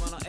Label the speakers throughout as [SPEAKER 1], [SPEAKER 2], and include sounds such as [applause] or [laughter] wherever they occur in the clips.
[SPEAKER 1] もの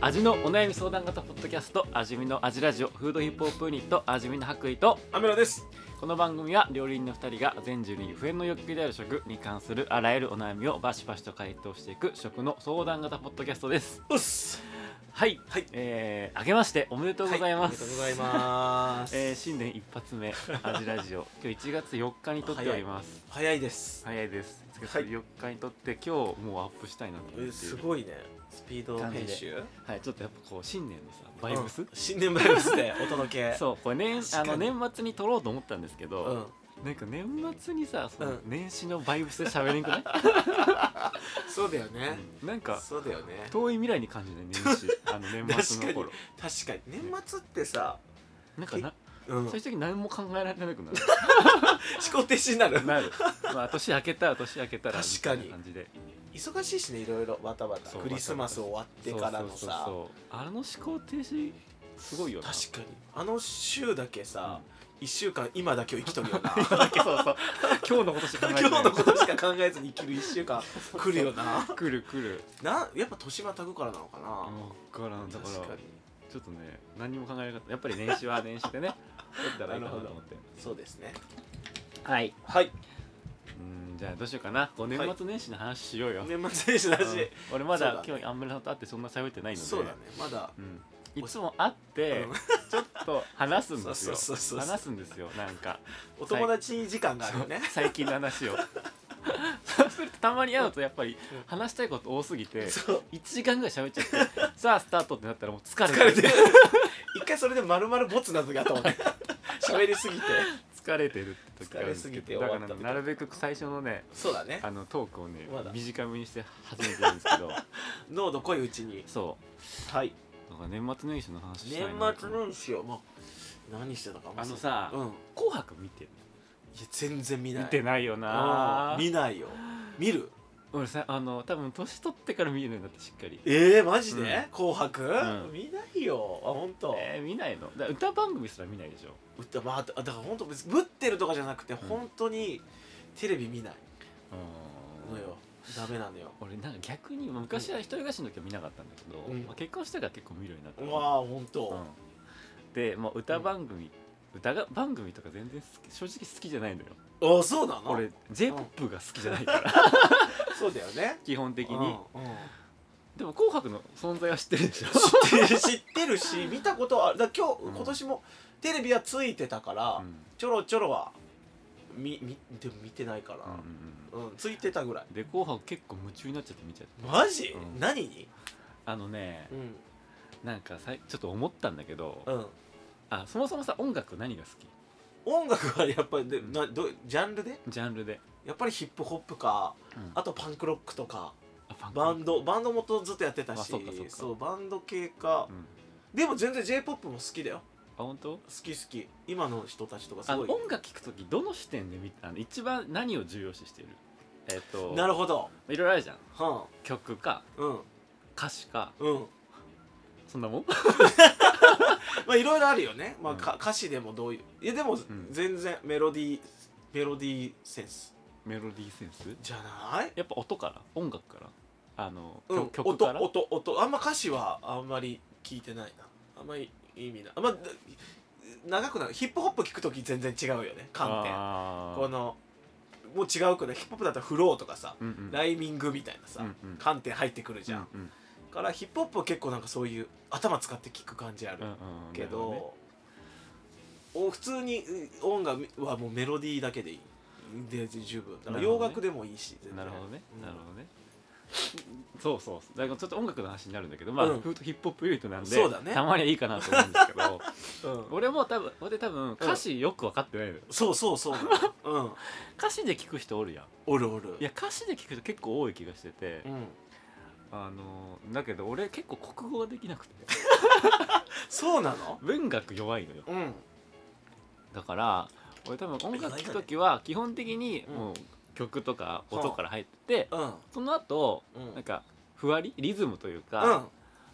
[SPEAKER 2] 味のお悩み相談型ポッドキャスト味見の味ラジオフードヒップホップユニット味見の白衣と
[SPEAKER 3] アメラです
[SPEAKER 2] この番組は料理人の2人が全人類不変の欲求である食に関するあらゆるお悩みをバシバシと回答していく食の相談型ポッドキャストです
[SPEAKER 3] うっす
[SPEAKER 2] はい、
[SPEAKER 3] はい
[SPEAKER 2] えー、明けましておめでとうござい
[SPEAKER 3] あ
[SPEAKER 2] ま
[SPEAKER 3] りが
[SPEAKER 2] す、
[SPEAKER 3] とうございます
[SPEAKER 2] えー、新年一発目味ラ [laughs] ジオ今日1月4日に撮っております
[SPEAKER 3] 早いです
[SPEAKER 2] 早いです1月
[SPEAKER 3] はい
[SPEAKER 2] 4日に撮って、今日もうアップしたいなと思ってい
[SPEAKER 3] え
[SPEAKER 2] る
[SPEAKER 3] すごいねスピード
[SPEAKER 2] 感じで
[SPEAKER 3] 編集
[SPEAKER 2] はいちょっとやっぱこう新年のさバイブス、
[SPEAKER 3] うん新年バイブスでお届け
[SPEAKER 2] [laughs] そうこれ年あ
[SPEAKER 3] 確か
[SPEAKER 2] の
[SPEAKER 3] に
[SPEAKER 2] 年末に撮ろうと思ったんですけど、
[SPEAKER 3] うん
[SPEAKER 2] なんか年末にさその
[SPEAKER 3] うん
[SPEAKER 2] 年始のバイブスで喋れんく [laughs] ない、
[SPEAKER 3] そうだよね
[SPEAKER 2] うんなんか
[SPEAKER 3] そうだよね
[SPEAKER 2] 遠い未来に感じない年始あの [laughs] 年末の頃
[SPEAKER 3] 確かに年末ってさ
[SPEAKER 2] なんかな
[SPEAKER 3] うん
[SPEAKER 2] 最終的に何も考えられなくなる
[SPEAKER 3] 思考停止になる
[SPEAKER 2] なる、まあ、年明けたら年明けたら
[SPEAKER 3] 確かに
[SPEAKER 2] みたいな感じで
[SPEAKER 3] 忙しいしねいろいろバタバタ
[SPEAKER 2] そう
[SPEAKER 3] クリスマス終わってからの
[SPEAKER 2] そうそうそう
[SPEAKER 3] さ
[SPEAKER 2] そうあの思考停止すごいよな
[SPEAKER 3] 確かにあの週だけさ
[SPEAKER 2] う
[SPEAKER 3] 1週間今だけを生きとる
[SPEAKER 2] [laughs]
[SPEAKER 3] よな
[SPEAKER 2] そうそう今日のことしか考えてない
[SPEAKER 3] 今日のことしか考えずに生きる1週間来るよ
[SPEAKER 2] [laughs]
[SPEAKER 3] な
[SPEAKER 2] 来る来る
[SPEAKER 3] なやっぱ年またぐからなのかな
[SPEAKER 2] 分からんだから
[SPEAKER 3] 確かに
[SPEAKER 2] ちょっとね何も考えなかったやっぱり年始は年始で [laughs] ね撮ったらいいかなと思って
[SPEAKER 3] そうですね
[SPEAKER 2] はいう
[SPEAKER 3] はいう
[SPEAKER 2] ーんじゃあどうしようかなこう年末年始の話しようよ、
[SPEAKER 3] 年末年始だし
[SPEAKER 2] うん俺まだ
[SPEAKER 3] そうだね
[SPEAKER 2] 今日アンブラさんと会ってそんな喋ってないので
[SPEAKER 3] そうだねまだ
[SPEAKER 2] うんいつも会って
[SPEAKER 3] うん
[SPEAKER 2] ちょっと話すん [laughs] ですよ
[SPEAKER 3] そうそうそうそう
[SPEAKER 2] 話すんですよなんか
[SPEAKER 3] お友達時間があるよね
[SPEAKER 2] 最近の話をそうするとたまに会うとやっぱり
[SPEAKER 3] うん
[SPEAKER 2] 話したいこと多すぎて
[SPEAKER 3] そう
[SPEAKER 2] 1時間ぐらい喋っち
[SPEAKER 3] [laughs]
[SPEAKER 2] ゃってさあスタートってなったらもう疲れ
[SPEAKER 3] 疲れ
[SPEAKER 2] て
[SPEAKER 3] て
[SPEAKER 2] る
[SPEAKER 3] [laughs] 一回それで丸々ボツな時あったもんね [laughs] 喋りすぎて
[SPEAKER 2] 疲れてるって時があるんです
[SPEAKER 3] 疲れす
[SPEAKER 2] け
[SPEAKER 3] ぎて
[SPEAKER 2] ど
[SPEAKER 3] 終わ
[SPEAKER 2] だ
[SPEAKER 3] っ
[SPEAKER 2] か
[SPEAKER 3] た
[SPEAKER 2] らねなるべく最初のね
[SPEAKER 3] そうだね
[SPEAKER 2] あのトークをね
[SPEAKER 3] まだ
[SPEAKER 2] 短めにして始めてるんです
[SPEAKER 3] [laughs]
[SPEAKER 2] けど
[SPEAKER 3] 濃度濃いうちに
[SPEAKER 2] そ
[SPEAKER 3] はい。
[SPEAKER 2] うだから年末年始の話し
[SPEAKER 3] 年
[SPEAKER 2] たいなと
[SPEAKER 3] 末
[SPEAKER 2] 思って
[SPEAKER 3] 年始をもう何してたか
[SPEAKER 2] あのさ
[SPEAKER 3] うん。いや
[SPEAKER 2] 「紅白」見てる
[SPEAKER 3] 全然見ない。
[SPEAKER 2] 見てないよな
[SPEAKER 3] うん見ないよ。見る。
[SPEAKER 2] 俺さあの多分年取ってから見るようになってしっかり
[SPEAKER 3] ええマジで、
[SPEAKER 2] うん
[SPEAKER 3] 紅白、
[SPEAKER 2] うん
[SPEAKER 3] 見ないよ。あ本当。
[SPEAKER 2] えー、見ないのだから歌番組すら見ないでしょ
[SPEAKER 3] 歌まあだから本当別にぶってるとかじゃなくて、
[SPEAKER 2] ん
[SPEAKER 3] 本当にテレビ見ないうのよ。ダメなのよ。
[SPEAKER 2] 俺なんか逆にまあ昔は一人暮らしの時は見なかったんだけど、
[SPEAKER 3] うん
[SPEAKER 2] まあ、結婚してから結構見るようになった
[SPEAKER 3] う
[SPEAKER 2] の
[SPEAKER 3] わあ本当、
[SPEAKER 2] うんでもう歌番組、歌が番組とか全然好き正直好きじゃないのよ
[SPEAKER 3] あそうなの。
[SPEAKER 2] 俺 j p o p が好きじゃな
[SPEAKER 3] [laughs]
[SPEAKER 2] いから
[SPEAKER 3] そうだよね。
[SPEAKER 2] 基本的に、
[SPEAKER 3] うんうん
[SPEAKER 2] でも「紅白」の存在は知ってるでし
[SPEAKER 3] [laughs]
[SPEAKER 2] ょ
[SPEAKER 3] 知ってる知ってるし見たことはあるだから今日、
[SPEAKER 2] うん
[SPEAKER 3] 今年もテレビはついてたから、
[SPEAKER 2] うん
[SPEAKER 3] ちょろちょろはみみでも見てないから。
[SPEAKER 2] うんうん
[SPEAKER 3] うん、ついてたぐらい
[SPEAKER 2] うんで「紅白」結構夢中になっちゃって見ちゃった
[SPEAKER 3] マジ、
[SPEAKER 2] うん
[SPEAKER 3] 何に
[SPEAKER 2] あのね
[SPEAKER 3] うん
[SPEAKER 2] なんかさいちょっと思ったんだけど、
[SPEAKER 3] うん
[SPEAKER 2] あそもそもさ音楽何が好き
[SPEAKER 3] 音楽はやっぱりでなどジャンルで
[SPEAKER 2] ジャンルで、
[SPEAKER 3] やっぱりヒップホップか
[SPEAKER 2] うん
[SPEAKER 3] あとパンクロックとか
[SPEAKER 2] あパンク
[SPEAKER 3] バンドバンドもとずっとやってた
[SPEAKER 2] あ
[SPEAKER 3] し
[SPEAKER 2] そうかそうか
[SPEAKER 3] うバンド系か
[SPEAKER 2] う、ん
[SPEAKER 3] でも全然 j p o p も好きだよ
[SPEAKER 2] あ本当
[SPEAKER 3] 好き好き今の人たちとかす
[SPEAKER 2] あの
[SPEAKER 3] ごい
[SPEAKER 2] 音楽聴く時どの視点で見あの一番何を重要視してるえっ、と
[SPEAKER 3] なるほど
[SPEAKER 2] いろいろあるじゃん
[SPEAKER 3] は
[SPEAKER 2] 曲か
[SPEAKER 3] んうん
[SPEAKER 2] 歌詞か
[SPEAKER 3] うん
[SPEAKER 2] そんなもん
[SPEAKER 3] まあいろいろあるよね、まあ
[SPEAKER 2] うん
[SPEAKER 3] か歌詞でもどういういやでも
[SPEAKER 2] ん
[SPEAKER 3] 全然メロディーメロディーセンス
[SPEAKER 2] メロディーセンス
[SPEAKER 3] じゃない
[SPEAKER 2] やっぱ音から音楽からあの、
[SPEAKER 3] うん、
[SPEAKER 2] 曲曲から
[SPEAKER 3] 音音音あんま歌詞はあんまり聞いてないなあんまり意味ないあんまだ長くなるヒップホップ聞くとき全然違うよね観点
[SPEAKER 2] あー
[SPEAKER 3] このもう違うくないヒップホップだったらフローとかさ、
[SPEAKER 2] うんうん
[SPEAKER 3] ライミングみたいなさ、
[SPEAKER 2] うんうん
[SPEAKER 3] 観点入ってくるじゃん、
[SPEAKER 2] うんうん
[SPEAKER 3] からヒップホップは結構なんかそういう頭使って聞く感じある
[SPEAKER 2] うんうんうん
[SPEAKER 3] け
[SPEAKER 2] なるほ
[SPEAKER 3] ど、
[SPEAKER 2] ね
[SPEAKER 3] お普通にう音楽はもうメロディーだけでいいで十分だか
[SPEAKER 2] な
[SPEAKER 3] ら
[SPEAKER 2] るほ
[SPEAKER 3] 洋
[SPEAKER 2] どね
[SPEAKER 3] 楽でもいいし全然
[SPEAKER 2] なるほどね、
[SPEAKER 3] うん
[SPEAKER 2] なるほどねそうそうだからちょっと音楽の話になるんだけどまあ、
[SPEAKER 3] うん
[SPEAKER 2] フードヒップホップユニットなんで
[SPEAKER 3] そうだね
[SPEAKER 2] たまにはいいかなと思うんですけ
[SPEAKER 3] [laughs]
[SPEAKER 2] ど
[SPEAKER 3] うん、
[SPEAKER 2] 俺も多分俺多分歌詞よく分かってないのよ、
[SPEAKER 3] そうそうそうなのうん
[SPEAKER 2] 歌詞で聞く人おるやん
[SPEAKER 3] おるおる
[SPEAKER 2] いや歌詞で聞く人結構多い気がしてて、
[SPEAKER 3] うん、
[SPEAKER 2] あのだけど俺結構国語ができなくて
[SPEAKER 3] そうなの
[SPEAKER 2] 文学弱いのよ
[SPEAKER 3] うん
[SPEAKER 2] だから俺多分音楽聴く時は基本的にもう曲とか音から入って、
[SPEAKER 3] うん
[SPEAKER 2] その後
[SPEAKER 3] うん
[SPEAKER 2] なんかふわりリズムというか、
[SPEAKER 3] うん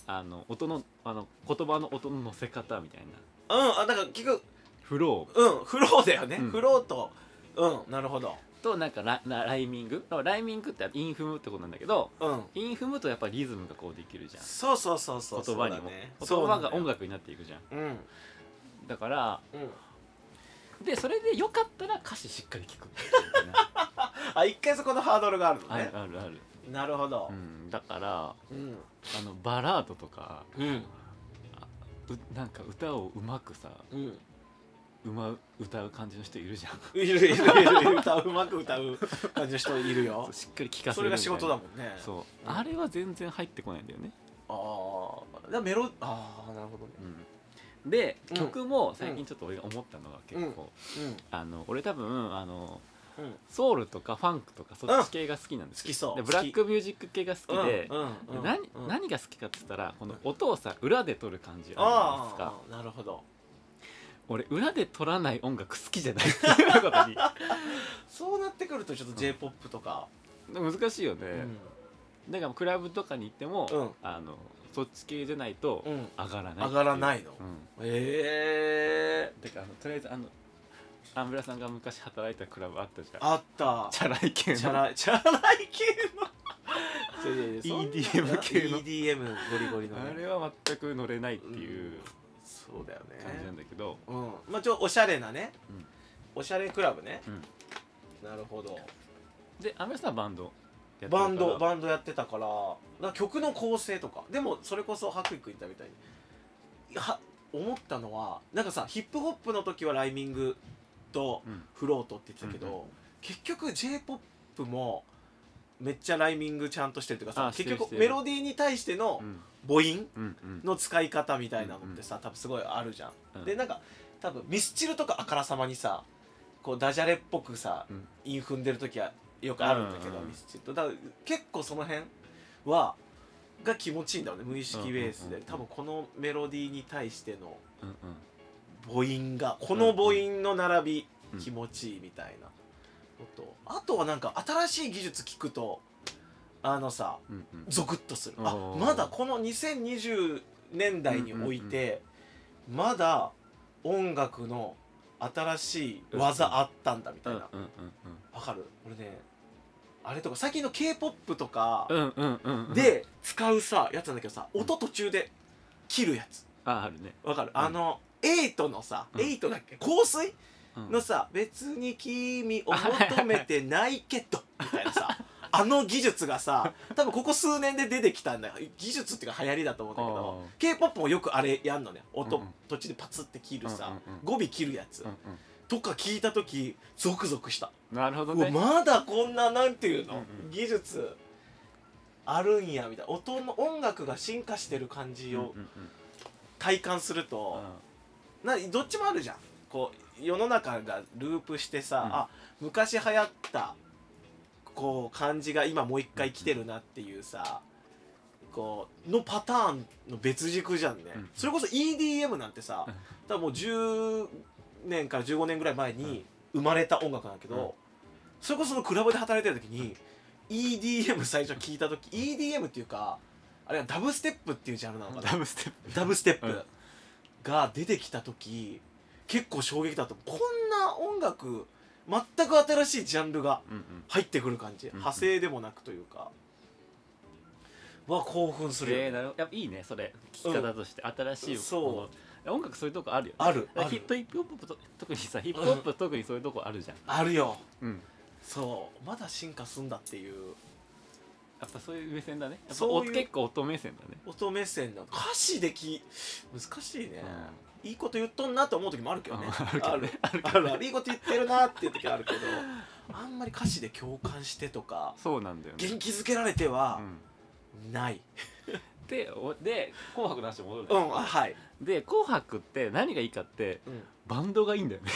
[SPEAKER 2] あの音のあの言葉の音の乗せ方みたいな
[SPEAKER 3] うんあだから結局
[SPEAKER 2] フロー
[SPEAKER 3] うんフローだよね、
[SPEAKER 2] うん
[SPEAKER 3] フローとうんなるほど
[SPEAKER 2] となんかララライミングライミングってインフムってことなんだけど
[SPEAKER 3] うん
[SPEAKER 2] インフムとやっぱリズムがこうできるじゃん
[SPEAKER 3] そうそうそうそう
[SPEAKER 2] 言葉にも、
[SPEAKER 3] そ
[SPEAKER 2] 言
[SPEAKER 3] うだ
[SPEAKER 2] 葉
[SPEAKER 3] ね
[SPEAKER 2] が音楽になっていくじゃん
[SPEAKER 3] そうなんだよ
[SPEAKER 2] だから
[SPEAKER 3] うんうん
[SPEAKER 2] でそれでよかったら歌詞しっかり
[SPEAKER 3] [laughs]
[SPEAKER 2] 聞くみたいな
[SPEAKER 3] あ一回そこのハードルがあるの
[SPEAKER 2] あ
[SPEAKER 3] ね
[SPEAKER 2] るあるある、
[SPEAKER 3] なるほど
[SPEAKER 2] うん、だから
[SPEAKER 3] うん
[SPEAKER 2] あのバラードとか
[SPEAKER 3] うん
[SPEAKER 2] うなんか歌をうまくさ
[SPEAKER 3] うん
[SPEAKER 2] うま歌う感じの人いるじゃん
[SPEAKER 3] いるいるいるいる歌ううまく歌う感じの人いる
[SPEAKER 2] [laughs]
[SPEAKER 3] よ
[SPEAKER 2] しっかり聞かせ
[SPEAKER 3] そ
[SPEAKER 2] る
[SPEAKER 3] れが
[SPEAKER 2] みたいな
[SPEAKER 3] 仕事だもんね
[SPEAKER 2] そう
[SPEAKER 3] うん
[SPEAKER 2] あれは全然入ってこないんだよね、
[SPEAKER 3] ああだからメロああなるほどね
[SPEAKER 2] うん、で
[SPEAKER 3] うん
[SPEAKER 2] 曲も最近ちょっと俺が思ったのが結構、
[SPEAKER 3] うんうん
[SPEAKER 2] あの俺多分あの
[SPEAKER 3] うん好
[SPEAKER 2] ソウルとかファンクとかそっち系が好きなんですよ、
[SPEAKER 3] きそう
[SPEAKER 2] でブラックミュージック系が好きで、
[SPEAKER 3] うんうんうん
[SPEAKER 2] 何
[SPEAKER 3] うん
[SPEAKER 2] 何が好きかって言ったらこの音をさ裏で撮る感じあるじゃないですか
[SPEAKER 3] ああなるほど
[SPEAKER 2] 俺裏で撮らない音楽好きじゃないっていうこ
[SPEAKER 3] [laughs]
[SPEAKER 2] とに
[SPEAKER 3] そうなってくるとちょっと j p o p とか
[SPEAKER 2] 難しいよね、
[SPEAKER 3] うん
[SPEAKER 2] だからクラブとかに行っても、
[SPEAKER 3] うん
[SPEAKER 2] あのそっち系じゃないと
[SPEAKER 3] うん
[SPEAKER 2] 上がらない
[SPEAKER 3] 上がらないの
[SPEAKER 2] うん
[SPEAKER 3] ええ
[SPEAKER 2] だからあのとりあえずあのアンブラさんが昔働いたクラブあったじゃん
[SPEAKER 3] あった
[SPEAKER 2] チャラい系の
[SPEAKER 3] チャラチャラい
[SPEAKER 2] [laughs]
[SPEAKER 3] 系のいやいやいやそんな
[SPEAKER 2] EDM 系の
[SPEAKER 3] EDM ゴリゴリのね
[SPEAKER 2] あれは全く乗れないっていう
[SPEAKER 3] そうだよね
[SPEAKER 2] 感じなんだけど、
[SPEAKER 3] うんまあちょっとおしゃれなね
[SPEAKER 2] うん
[SPEAKER 3] おしゃれクラブねなるほど
[SPEAKER 2] でアンブラさんはバンドやってるから
[SPEAKER 3] バンドバンドやってたからだから曲の構成とかでもそれこそ白衣くん言ったみたいには思ったのはなんかさヒップホップの時はライミングと
[SPEAKER 2] うん
[SPEAKER 3] フロートって言ってたけ
[SPEAKER 2] うん
[SPEAKER 3] ど、結局 j p o p もめっちゃライミングちゃんとしてるというか
[SPEAKER 2] あ
[SPEAKER 3] さ
[SPEAKER 2] して
[SPEAKER 3] 結
[SPEAKER 2] るして
[SPEAKER 3] 局
[SPEAKER 2] る
[SPEAKER 3] メロディーに対しての
[SPEAKER 2] うん
[SPEAKER 3] 母音
[SPEAKER 2] うんうん
[SPEAKER 3] の使い方みたいなのってさ、多分すごいあるじゃん、
[SPEAKER 2] うん
[SPEAKER 3] でなんか多分ミスチルとかあからさまにさこうダジャレっぽくさ、
[SPEAKER 2] うん
[SPEAKER 3] 韻踏んでる時はよくあるんだけど、
[SPEAKER 2] うんうん
[SPEAKER 3] ミスチルとだから結構その辺はが気持ちいいんだろうね無意識ベースで、
[SPEAKER 2] うんうんうんうん
[SPEAKER 3] 多分このメロディーに対しての
[SPEAKER 2] うんうん
[SPEAKER 3] 母音がこの母音の並び、
[SPEAKER 2] うん
[SPEAKER 3] 気持ちいいみたいなこと、あとはなんか新しい技術聞くとあのさ
[SPEAKER 2] うんうん
[SPEAKER 3] ゾクッとする
[SPEAKER 2] お
[SPEAKER 3] あ
[SPEAKER 2] ー
[SPEAKER 3] まだこの2020年代において、まだ音楽の新しい技あったんだみたいなわ、
[SPEAKER 2] うんうん
[SPEAKER 3] かる俺ねあれとか最近の k p o p とか
[SPEAKER 2] うんうんうんうんうん
[SPEAKER 3] で使うさやつなんだけどさ
[SPEAKER 2] ん
[SPEAKER 3] 音途中で切るやつ
[SPEAKER 2] ああるね、
[SPEAKER 3] わかる、
[SPEAKER 2] うん
[SPEAKER 3] あの8のさ
[SPEAKER 2] うん
[SPEAKER 3] 8だっけ香水
[SPEAKER 2] うん
[SPEAKER 3] のさ「別に君を求めてないけ
[SPEAKER 2] [laughs]
[SPEAKER 3] ど」みたいなさあの技術がさ多分ここ数年で出てきたんだよ技術っていうか流行りだと思うんだけど k p o p もよくあれやんのね音、
[SPEAKER 2] うんうん
[SPEAKER 3] 途中でパツって切るさ、
[SPEAKER 2] うんうんうん
[SPEAKER 3] 語尾切るやつ、
[SPEAKER 2] うん
[SPEAKER 3] とか聞いた時ゾクゾクした、
[SPEAKER 2] うん、なるほど
[SPEAKER 3] うわ
[SPEAKER 2] ね
[SPEAKER 3] まだこんななんていうの、
[SPEAKER 2] うんうん
[SPEAKER 3] 技術あるんやみたいな音の音楽が進化してる感じを
[SPEAKER 2] うんうん
[SPEAKER 3] 体感すると、
[SPEAKER 2] うん
[SPEAKER 3] などっちもあるじゃんこう世の中がループしてさ、
[SPEAKER 2] うん
[SPEAKER 3] あ昔流行ったこう感じが今もう一回来てるなっていうさこうのパターンの別軸じゃんね、
[SPEAKER 2] うん
[SPEAKER 3] それこそ EDM なんてさ
[SPEAKER 2] うん
[SPEAKER 3] 多分もう10年から15年ぐらい前に生まれた音楽なんだけど、
[SPEAKER 2] うん
[SPEAKER 3] それこそそのクラブで働いてる時に EDM 最初聞いた時 EDM っていうかあれはダブステップっていうジャンルなのかな
[SPEAKER 2] ダブステップ
[SPEAKER 3] ダブステッ
[SPEAKER 2] う
[SPEAKER 3] プ
[SPEAKER 2] ん
[SPEAKER 3] が出てきた時結構衝撃だったこんな音楽全く新しいジャンルが
[SPEAKER 2] うんうん
[SPEAKER 3] 入ってくる感じ
[SPEAKER 2] うん
[SPEAKER 3] 派生でもなくというかは興奮するよね
[SPEAKER 2] えー、なるほどやっぱいいねそれ聞き方として、新しい
[SPEAKER 3] そう
[SPEAKER 2] もの音楽そういうとこあるよね
[SPEAKER 3] あるあ
[SPEAKER 2] ヒッ
[SPEAKER 3] る
[SPEAKER 2] トヒップホップと特にさヒップホップは特にそういうとこあるじゃん、
[SPEAKER 3] あるよ
[SPEAKER 2] うん、
[SPEAKER 3] そうまだ進化すんだっていう
[SPEAKER 2] やっぱそういう目線だねやっぱ
[SPEAKER 3] そう
[SPEAKER 2] お
[SPEAKER 3] いう
[SPEAKER 2] 結構乙女線だね
[SPEAKER 3] 音目線なの歌詞でき難しいね、いいこと言っとんなと思う時もあるけどね、
[SPEAKER 2] うん [laughs] あるけどね
[SPEAKER 3] あるあるあるいいこと言ってるなっていう時あるけどあんまり歌詞で共感してとか
[SPEAKER 2] そうなんだよね
[SPEAKER 3] 元気づけられては
[SPEAKER 2] うん
[SPEAKER 3] ない
[SPEAKER 2] でおで「紅白」の話に戻るね
[SPEAKER 3] うん、あはい、
[SPEAKER 2] で「紅白」って何がいいかって
[SPEAKER 3] うん
[SPEAKER 2] バンドがいいんだよね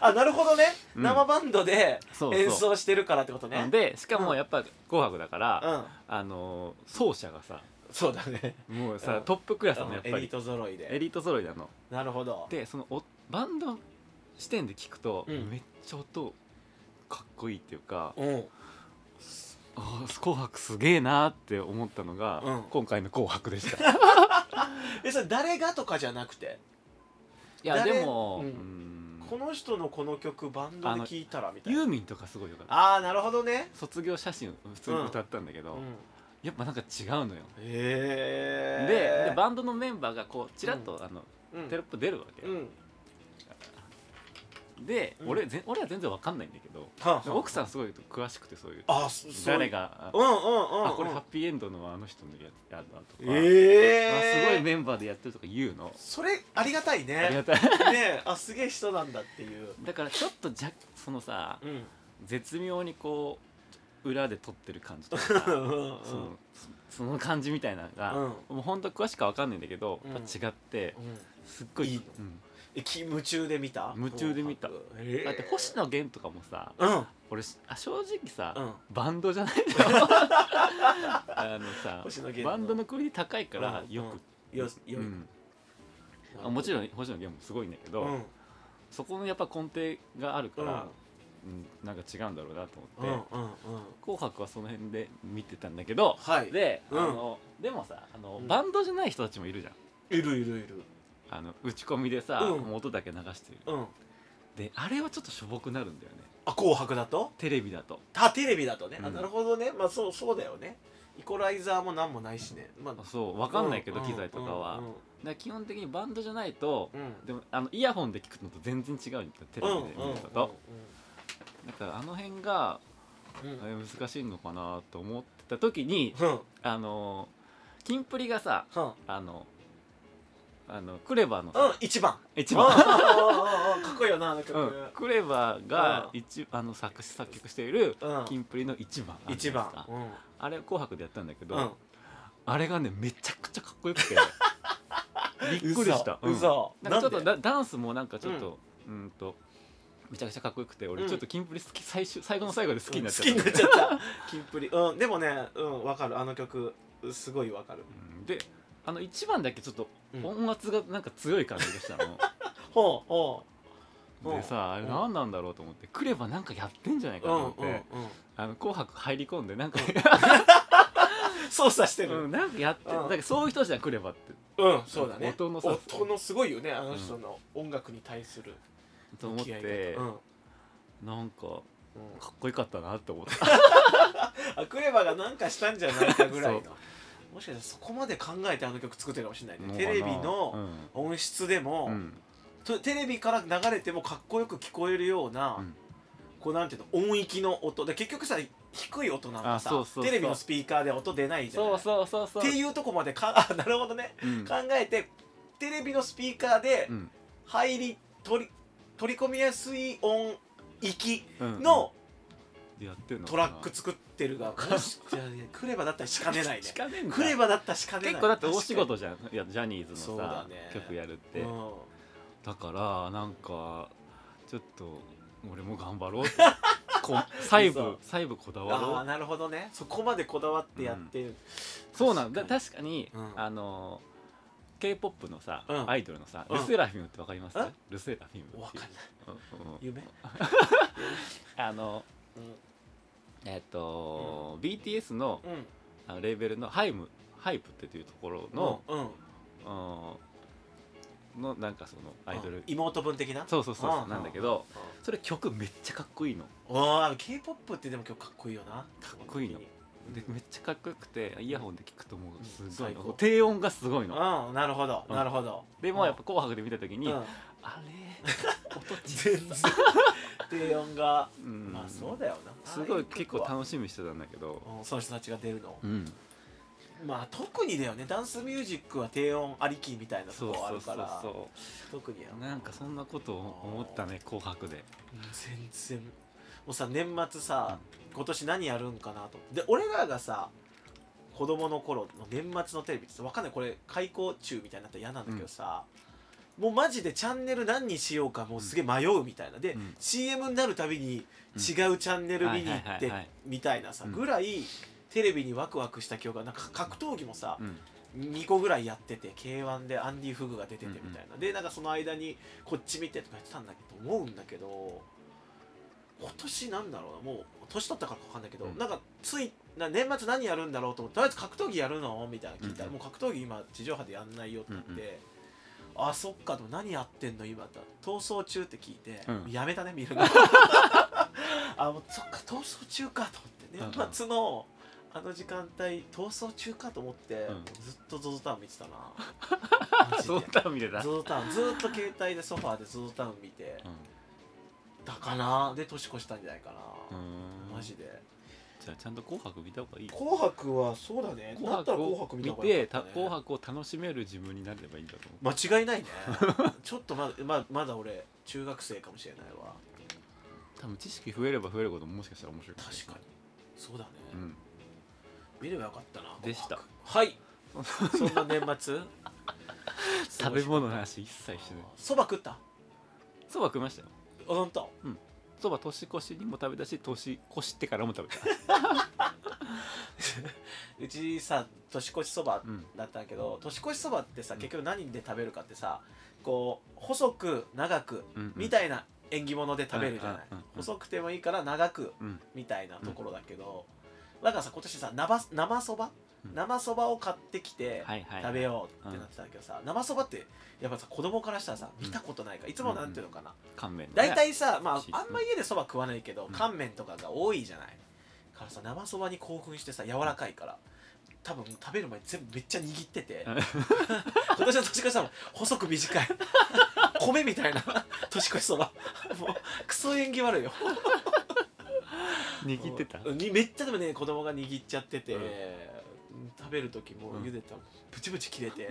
[SPEAKER 3] あなるほどね、
[SPEAKER 2] うん
[SPEAKER 3] 生バンドで
[SPEAKER 2] そうそう
[SPEAKER 3] 演奏してるからってことね
[SPEAKER 2] でしかもやっぱ「紅白」だから、
[SPEAKER 3] うん
[SPEAKER 2] あのー奏者がさ
[SPEAKER 3] そうだね
[SPEAKER 2] もう
[SPEAKER 3] う
[SPEAKER 2] さ
[SPEAKER 3] ん
[SPEAKER 2] トップクラスなのやっ
[SPEAKER 3] エ
[SPEAKER 2] ぱ
[SPEAKER 3] リー
[SPEAKER 2] り
[SPEAKER 3] ト揃い
[SPEAKER 2] エ
[SPEAKER 3] で
[SPEAKER 2] リート揃いなの
[SPEAKER 3] なるほど
[SPEAKER 2] でそのおバンド視点で聞くと、
[SPEAKER 3] うん
[SPEAKER 2] めっちゃ音かっこいいっていうか
[SPEAKER 3] うんうん
[SPEAKER 2] 「あー紅白すげえな」って思ったのが、
[SPEAKER 3] うん
[SPEAKER 2] 今回の「紅白」でした。い
[SPEAKER 3] えそれ誰がとかじゃなくて
[SPEAKER 2] や
[SPEAKER 3] 誰
[SPEAKER 2] でも、
[SPEAKER 3] うん
[SPEAKER 2] うん
[SPEAKER 3] この人のこの曲バンドで聴いたらみたい
[SPEAKER 2] ユ
[SPEAKER 3] な
[SPEAKER 2] ーミンとかすごいよかった
[SPEAKER 3] ああなるほどね
[SPEAKER 2] 卒業写真普通に歌ったんだけど、
[SPEAKER 3] うん
[SPEAKER 2] やっぱなんか違うのよ。で
[SPEAKER 3] へ
[SPEAKER 2] でバンドのメンバーがこうちらっと、あの
[SPEAKER 3] うん
[SPEAKER 2] テロップ出るわけ、
[SPEAKER 3] うん
[SPEAKER 2] で、
[SPEAKER 3] うん
[SPEAKER 2] 俺ぜ俺は全然わかんないんだけど、
[SPEAKER 3] はあはあ
[SPEAKER 2] 奥さんすごい詳しくてそういう
[SPEAKER 3] あそそう
[SPEAKER 2] 誰が、
[SPEAKER 3] うんうんうん
[SPEAKER 2] あこれ
[SPEAKER 3] う
[SPEAKER 2] ハ
[SPEAKER 3] ん
[SPEAKER 2] ッピーエンドのあの人のややだとか、
[SPEAKER 3] ええ
[SPEAKER 2] あすごいメンバーでやってるとか言うの、
[SPEAKER 3] それありがたい
[SPEAKER 2] ありが
[SPEAKER 3] ね
[SPEAKER 2] たい
[SPEAKER 3] ねあすげえ人なんだっていう
[SPEAKER 2] だからちょっとじゃそのさ
[SPEAKER 3] うん
[SPEAKER 2] 絶妙にこう裏で撮ってる感じとか
[SPEAKER 3] [laughs] うん
[SPEAKER 2] さ [laughs] そのそその感じみたいなのが、
[SPEAKER 3] うん
[SPEAKER 2] もうほんと詳しくは分かんないんだけど、
[SPEAKER 3] うん
[SPEAKER 2] やっぱ違って
[SPEAKER 3] うん
[SPEAKER 2] すっごい
[SPEAKER 3] いいの
[SPEAKER 2] うん
[SPEAKER 3] えき夢中で見た
[SPEAKER 2] 夢中で見た
[SPEAKER 3] 紅白へえ
[SPEAKER 2] だって星野源とかもさ
[SPEAKER 3] うん
[SPEAKER 2] 俺しあ正直さ、
[SPEAKER 3] うん
[SPEAKER 2] バンドじゃないの
[SPEAKER 3] [laughs]
[SPEAKER 2] あのさ
[SPEAKER 3] 星野源の
[SPEAKER 2] バンドのクオリティ高いから
[SPEAKER 3] うん
[SPEAKER 2] よ
[SPEAKER 3] よ
[SPEAKER 2] く、
[SPEAKER 3] よ
[SPEAKER 2] う
[SPEAKER 3] い
[SPEAKER 2] んあもちろん星野源もすごいんだけど、
[SPEAKER 3] うん
[SPEAKER 2] そこのやっぱ根底があるか
[SPEAKER 3] うん
[SPEAKER 2] ら、うんなんか違うんだろうなと
[SPEAKER 3] う
[SPEAKER 2] 思
[SPEAKER 3] ん
[SPEAKER 2] って「
[SPEAKER 3] うんうん
[SPEAKER 2] 紅白」はその辺で見てたんだけど、
[SPEAKER 3] はい
[SPEAKER 2] で、
[SPEAKER 3] うん
[SPEAKER 2] あのでもさあの、
[SPEAKER 3] うん
[SPEAKER 2] バンドじゃない人たちもいるじゃん
[SPEAKER 3] いるいるいる
[SPEAKER 2] あの打ち込みでさ、
[SPEAKER 3] うん
[SPEAKER 2] もう音だけ流してる
[SPEAKER 3] うん
[SPEAKER 2] であれはちょっとしょぼくなるんだよね
[SPEAKER 3] あ紅白だと
[SPEAKER 2] テレビだと
[SPEAKER 3] あテレビだとね、
[SPEAKER 2] う
[SPEAKER 3] あ
[SPEAKER 2] ん
[SPEAKER 3] なるほどねまあそうそうだよねイコライザーも何もないしねまあ
[SPEAKER 2] そうわかんないけど、機材とかは、
[SPEAKER 3] うん
[SPEAKER 2] だから基本的にバンドじゃないと、
[SPEAKER 3] うんうん
[SPEAKER 2] でもあのイヤホンで聞くのと全然違うんだテレビ
[SPEAKER 3] うん
[SPEAKER 2] で
[SPEAKER 3] うん
[SPEAKER 2] 見るのと、だからあの辺が
[SPEAKER 3] うんうん
[SPEAKER 2] えー難しいのかなと思ってた時に
[SPEAKER 3] うんうん
[SPEAKER 2] あのーキンプリがさ
[SPEAKER 3] うん
[SPEAKER 2] あのあのクレバーの
[SPEAKER 3] うん
[SPEAKER 2] さ、
[SPEAKER 3] 一番
[SPEAKER 2] 一
[SPEAKER 3] うんうん
[SPEAKER 2] 番、
[SPEAKER 3] うんうんかっこいいよなあの曲
[SPEAKER 2] う
[SPEAKER 3] うんん、
[SPEAKER 2] クレバーが
[SPEAKER 3] う
[SPEAKER 2] 一あの作詞作曲している
[SPEAKER 3] うん
[SPEAKER 2] キンプリの一番あるじ
[SPEAKER 3] 一
[SPEAKER 2] ゃない
[SPEAKER 3] 番
[SPEAKER 2] ですか
[SPEAKER 3] うん
[SPEAKER 2] あれ「紅白」でやったんだけど、
[SPEAKER 3] うん
[SPEAKER 2] あれがねめちゃくちゃかっこ
[SPEAKER 3] [laughs]
[SPEAKER 2] よくてびっくりした、
[SPEAKER 3] うそ
[SPEAKER 2] うんなんかちょっとダダンスもなんかちょっとうんんとめちゃくちゃかっこよくて俺
[SPEAKER 3] うん
[SPEAKER 2] ちょっとキンプリ好き最終最後の最後で好きになっちゃ
[SPEAKER 3] 好きにな
[SPEAKER 2] った
[SPEAKER 3] っちゃったキンプリうんでもねうんわかるあの曲すごいわかる
[SPEAKER 2] うんであの1番だけちょっと
[SPEAKER 3] うん
[SPEAKER 2] 音圧がなんか強い感じがしたの、
[SPEAKER 3] ほうほうん
[SPEAKER 2] でさあれ何なんだろうと思って来ればなんかやってんじゃないうか
[SPEAKER 3] う
[SPEAKER 2] と
[SPEAKER 3] ん
[SPEAKER 2] 思って、
[SPEAKER 3] うんうん
[SPEAKER 2] あの紅白入り込んでなんか、
[SPEAKER 3] 操作して
[SPEAKER 2] [laughs] う
[SPEAKER 3] る
[SPEAKER 2] ん、なんかやって、
[SPEAKER 3] うん
[SPEAKER 2] なんかそういう人じゃん来ればって
[SPEAKER 3] うんそうだね
[SPEAKER 2] 音のさ
[SPEAKER 3] 音のすごいよねあの人の音楽に対する
[SPEAKER 2] と思っ
[SPEAKER 3] 向き合い
[SPEAKER 2] て、
[SPEAKER 3] 方うん
[SPEAKER 2] なんかか
[SPEAKER 3] うん
[SPEAKER 2] っこよかったなって思って
[SPEAKER 3] あクレバがなんかしたんじゃないかぐらいの
[SPEAKER 2] そ
[SPEAKER 3] もしかしたらそこまで考えてあの曲作ってるかもしれない
[SPEAKER 2] の
[SPEAKER 3] ね
[SPEAKER 2] かな
[SPEAKER 3] テレビの音質でも、
[SPEAKER 2] うんうん
[SPEAKER 3] とテレビから流れてもかっこよく聞こえるような、
[SPEAKER 2] うん
[SPEAKER 3] こうなんていうの音域の音で結局さ低い音なんかさ
[SPEAKER 2] あそうそうそう
[SPEAKER 3] テレビのスピーカーで音出ないじゃない
[SPEAKER 2] そうそうそうそう
[SPEAKER 3] っていうとこまでかあなるほどね、
[SPEAKER 2] うん
[SPEAKER 3] 考えてテレビのスピーカーで
[SPEAKER 2] うん
[SPEAKER 3] 入り取り取り込みやすい音域
[SPEAKER 2] うん
[SPEAKER 3] の
[SPEAKER 2] やってんの
[SPEAKER 3] トラック作ってるが、もしじゃあねクレバだったらしかね
[SPEAKER 2] [laughs]
[SPEAKER 3] ないね
[SPEAKER 2] 聞かねえんだ
[SPEAKER 3] クレバだったらしかねない
[SPEAKER 2] 結構だって大仕事じゃんいやジャニーズ
[SPEAKER 3] そ
[SPEAKER 2] の
[SPEAKER 3] う
[SPEAKER 2] さ
[SPEAKER 3] だ、ね
[SPEAKER 2] 曲やるって、
[SPEAKER 3] うん
[SPEAKER 2] だからなんかちょっと俺も頑張ろうこ
[SPEAKER 3] [laughs]
[SPEAKER 2] 細部
[SPEAKER 3] 嘘
[SPEAKER 2] 細部こだわ
[SPEAKER 3] ああ
[SPEAKER 2] ろう
[SPEAKER 3] なるほどねそこまでこだわってやってる、
[SPEAKER 2] そうなんだ
[SPEAKER 3] 確か
[SPEAKER 2] 確かに、
[SPEAKER 3] うん
[SPEAKER 2] あの k p o p のさ、
[SPEAKER 3] うん
[SPEAKER 2] アイドルのさ、
[SPEAKER 3] うん
[SPEAKER 2] ルセラフィムってわかります
[SPEAKER 3] え
[SPEAKER 2] ルセラフィムっていう
[SPEAKER 3] わかんない
[SPEAKER 2] うんうん
[SPEAKER 3] 夢
[SPEAKER 2] あの
[SPEAKER 3] う
[SPEAKER 2] えっと、BTS の
[SPEAKER 3] んうん
[SPEAKER 2] あのレーベルのハイムハイプっていうところの、
[SPEAKER 3] うん
[SPEAKER 2] うんのなんかそのアイドル、
[SPEAKER 3] 妹分的な
[SPEAKER 2] そうそうそうそう
[SPEAKER 3] うん
[SPEAKER 2] なんだけど、
[SPEAKER 3] うん
[SPEAKER 2] それ曲めっちゃかっこいいの
[SPEAKER 3] おー K-POP ってでも今日かっこいいよな
[SPEAKER 2] かっこいいの
[SPEAKER 3] 基
[SPEAKER 2] でめっちゃかっこよくてイヤホンで聞くともうすごい
[SPEAKER 3] 最
[SPEAKER 2] の
[SPEAKER 3] 高
[SPEAKER 2] 低音がすごいの
[SPEAKER 3] うんなるほど
[SPEAKER 2] うん
[SPEAKER 3] なるほど
[SPEAKER 2] でもやっぱ「紅白」で見た
[SPEAKER 3] う
[SPEAKER 2] 時に、
[SPEAKER 3] ん
[SPEAKER 2] あ
[SPEAKER 3] うん
[SPEAKER 2] れ音ち
[SPEAKER 3] 全然 [laughs] 低音が
[SPEAKER 2] うん
[SPEAKER 3] まあそうだよな
[SPEAKER 2] すごい結構
[SPEAKER 3] 楽
[SPEAKER 2] 楽しみにしてたんだけど
[SPEAKER 3] うんその人たちが出るの
[SPEAKER 2] うん
[SPEAKER 3] まあ特にだよねダンスミュージックは低音ありきみたいなと
[SPEAKER 2] そう
[SPEAKER 3] こあ
[SPEAKER 2] そ
[SPEAKER 3] る
[SPEAKER 2] うそ
[SPEAKER 3] か
[SPEAKER 2] う
[SPEAKER 3] ら
[SPEAKER 2] そ
[SPEAKER 3] 特にや
[SPEAKER 2] うなんかそんなことを思ったね「紅白」で
[SPEAKER 3] 全然もうさ年末さ今年何やるんかなとで俺らがさ子供の頃の年末のテレビってさわかんないこれ開校中みたいになったら嫌なんだけどさ、もうマジでチャンネル何にしようかもうすげえ迷うみたいなで、
[SPEAKER 2] うん
[SPEAKER 3] CM になるたびに違うチャンネル見に行
[SPEAKER 2] はい
[SPEAKER 3] っ
[SPEAKER 2] はい
[SPEAKER 3] て
[SPEAKER 2] はいはい
[SPEAKER 3] みたいなさ
[SPEAKER 2] うん
[SPEAKER 3] ぐらいテレビにワクワクした記憶がなんか格闘技もさ、
[SPEAKER 2] うん
[SPEAKER 3] 2個ぐらいやってて k 1でアンディ・フグが出ててみたいな、でなんかその間にこっち見てとかやってたんだけど思うんだけど今年なんだろうなもう年取ったからか分かんないけど、
[SPEAKER 2] うん
[SPEAKER 3] なんかついな年末何やるんだろうと思ってとりあえず格闘技やるのみたいな聞いたら、
[SPEAKER 2] うん
[SPEAKER 3] もう格闘技今地上波でやんないよってなって、
[SPEAKER 2] うんうん
[SPEAKER 3] あそっかでも何やってんの今だ逃走中って聞いて、
[SPEAKER 2] うん
[SPEAKER 3] やめたね見る
[SPEAKER 2] [laughs]
[SPEAKER 3] のあもうそっか逃走中かと思って
[SPEAKER 2] うんう
[SPEAKER 3] 年
[SPEAKER 2] ん
[SPEAKER 3] 末のあの時間帯逃走中かと思って、
[SPEAKER 2] ん
[SPEAKER 3] ずっとゾゾタウン見てたな
[SPEAKER 2] [laughs]
[SPEAKER 3] マジで
[SPEAKER 2] ゾウタン見れた
[SPEAKER 3] ゾゾタウンずっと携帯でソファーでゾゾタウン見てだかなで年越したんじゃないか
[SPEAKER 2] う
[SPEAKER 3] な、
[SPEAKER 2] ん
[SPEAKER 3] マジで
[SPEAKER 2] じゃあちゃんと「紅白」見た方がい
[SPEAKER 3] 「
[SPEAKER 2] い
[SPEAKER 3] 紅白」はそうだねだったら「紅白」見た
[SPEAKER 2] 見
[SPEAKER 3] 方がよ
[SPEAKER 2] て
[SPEAKER 3] か
[SPEAKER 2] た
[SPEAKER 3] ったね
[SPEAKER 2] 紅白を楽しめる自分になればいいんだと思う
[SPEAKER 3] 間違い
[SPEAKER 2] [laughs]
[SPEAKER 3] ないねちょっとまだままだ俺中学生かもしれないわ
[SPEAKER 2] 多分知識増えれば増えるほどもしかしたら面白いもしれ
[SPEAKER 3] 確
[SPEAKER 2] な
[SPEAKER 3] か
[SPEAKER 2] い
[SPEAKER 3] にそうだね、
[SPEAKER 2] うん
[SPEAKER 3] 見ればよかったな
[SPEAKER 2] でした
[SPEAKER 3] 紅白はいそんな年末
[SPEAKER 2] [laughs] 食べ物の話一切してない
[SPEAKER 3] そば食ったあ
[SPEAKER 2] そば食いましたよ
[SPEAKER 3] 本当
[SPEAKER 2] そば年越しにも食べたし年越してからも食べた
[SPEAKER 3] [laughs] うちさ年越しそば
[SPEAKER 2] うん
[SPEAKER 3] だったんだけど、年越しそばってさ結局何で食べるかってさこう細く長く
[SPEAKER 2] うんうん
[SPEAKER 3] みたいな縁起物で食べるじゃない、
[SPEAKER 2] うんうんうんうん
[SPEAKER 3] 細くてもいいから長く
[SPEAKER 2] うん
[SPEAKER 3] みたいなところだけど、だからさ今年さ生生そば
[SPEAKER 2] うん
[SPEAKER 3] 生そばを買ってきて
[SPEAKER 2] はいはいはい
[SPEAKER 3] 食べようってなってたんだけどさ、生そばってやっぱさ子供からしたらさ見たことないからいつもなんていうのかな、
[SPEAKER 2] 乾麺だね
[SPEAKER 3] 大体さ、ま
[SPEAKER 2] チー
[SPEAKER 3] あ、
[SPEAKER 2] ズ
[SPEAKER 3] あんま家でそば食わないけど、
[SPEAKER 2] うん
[SPEAKER 3] 乾麺とかが多いじゃないからさ生そばに興奮してさ柔らかいから多分食べる前に全部めっちゃ握ってて
[SPEAKER 2] う
[SPEAKER 3] 今 [laughs]
[SPEAKER 2] ん
[SPEAKER 3] 年の年越しそば細く短い [laughs] 米みたいな年越しそばもうクソ縁起悪いよ
[SPEAKER 2] 握ってた [laughs]
[SPEAKER 3] うんにめっちゃでもね子供が握っちゃってて、
[SPEAKER 2] うん
[SPEAKER 3] 食べる時も
[SPEAKER 2] うん
[SPEAKER 3] 茹でたらブチブチ切れて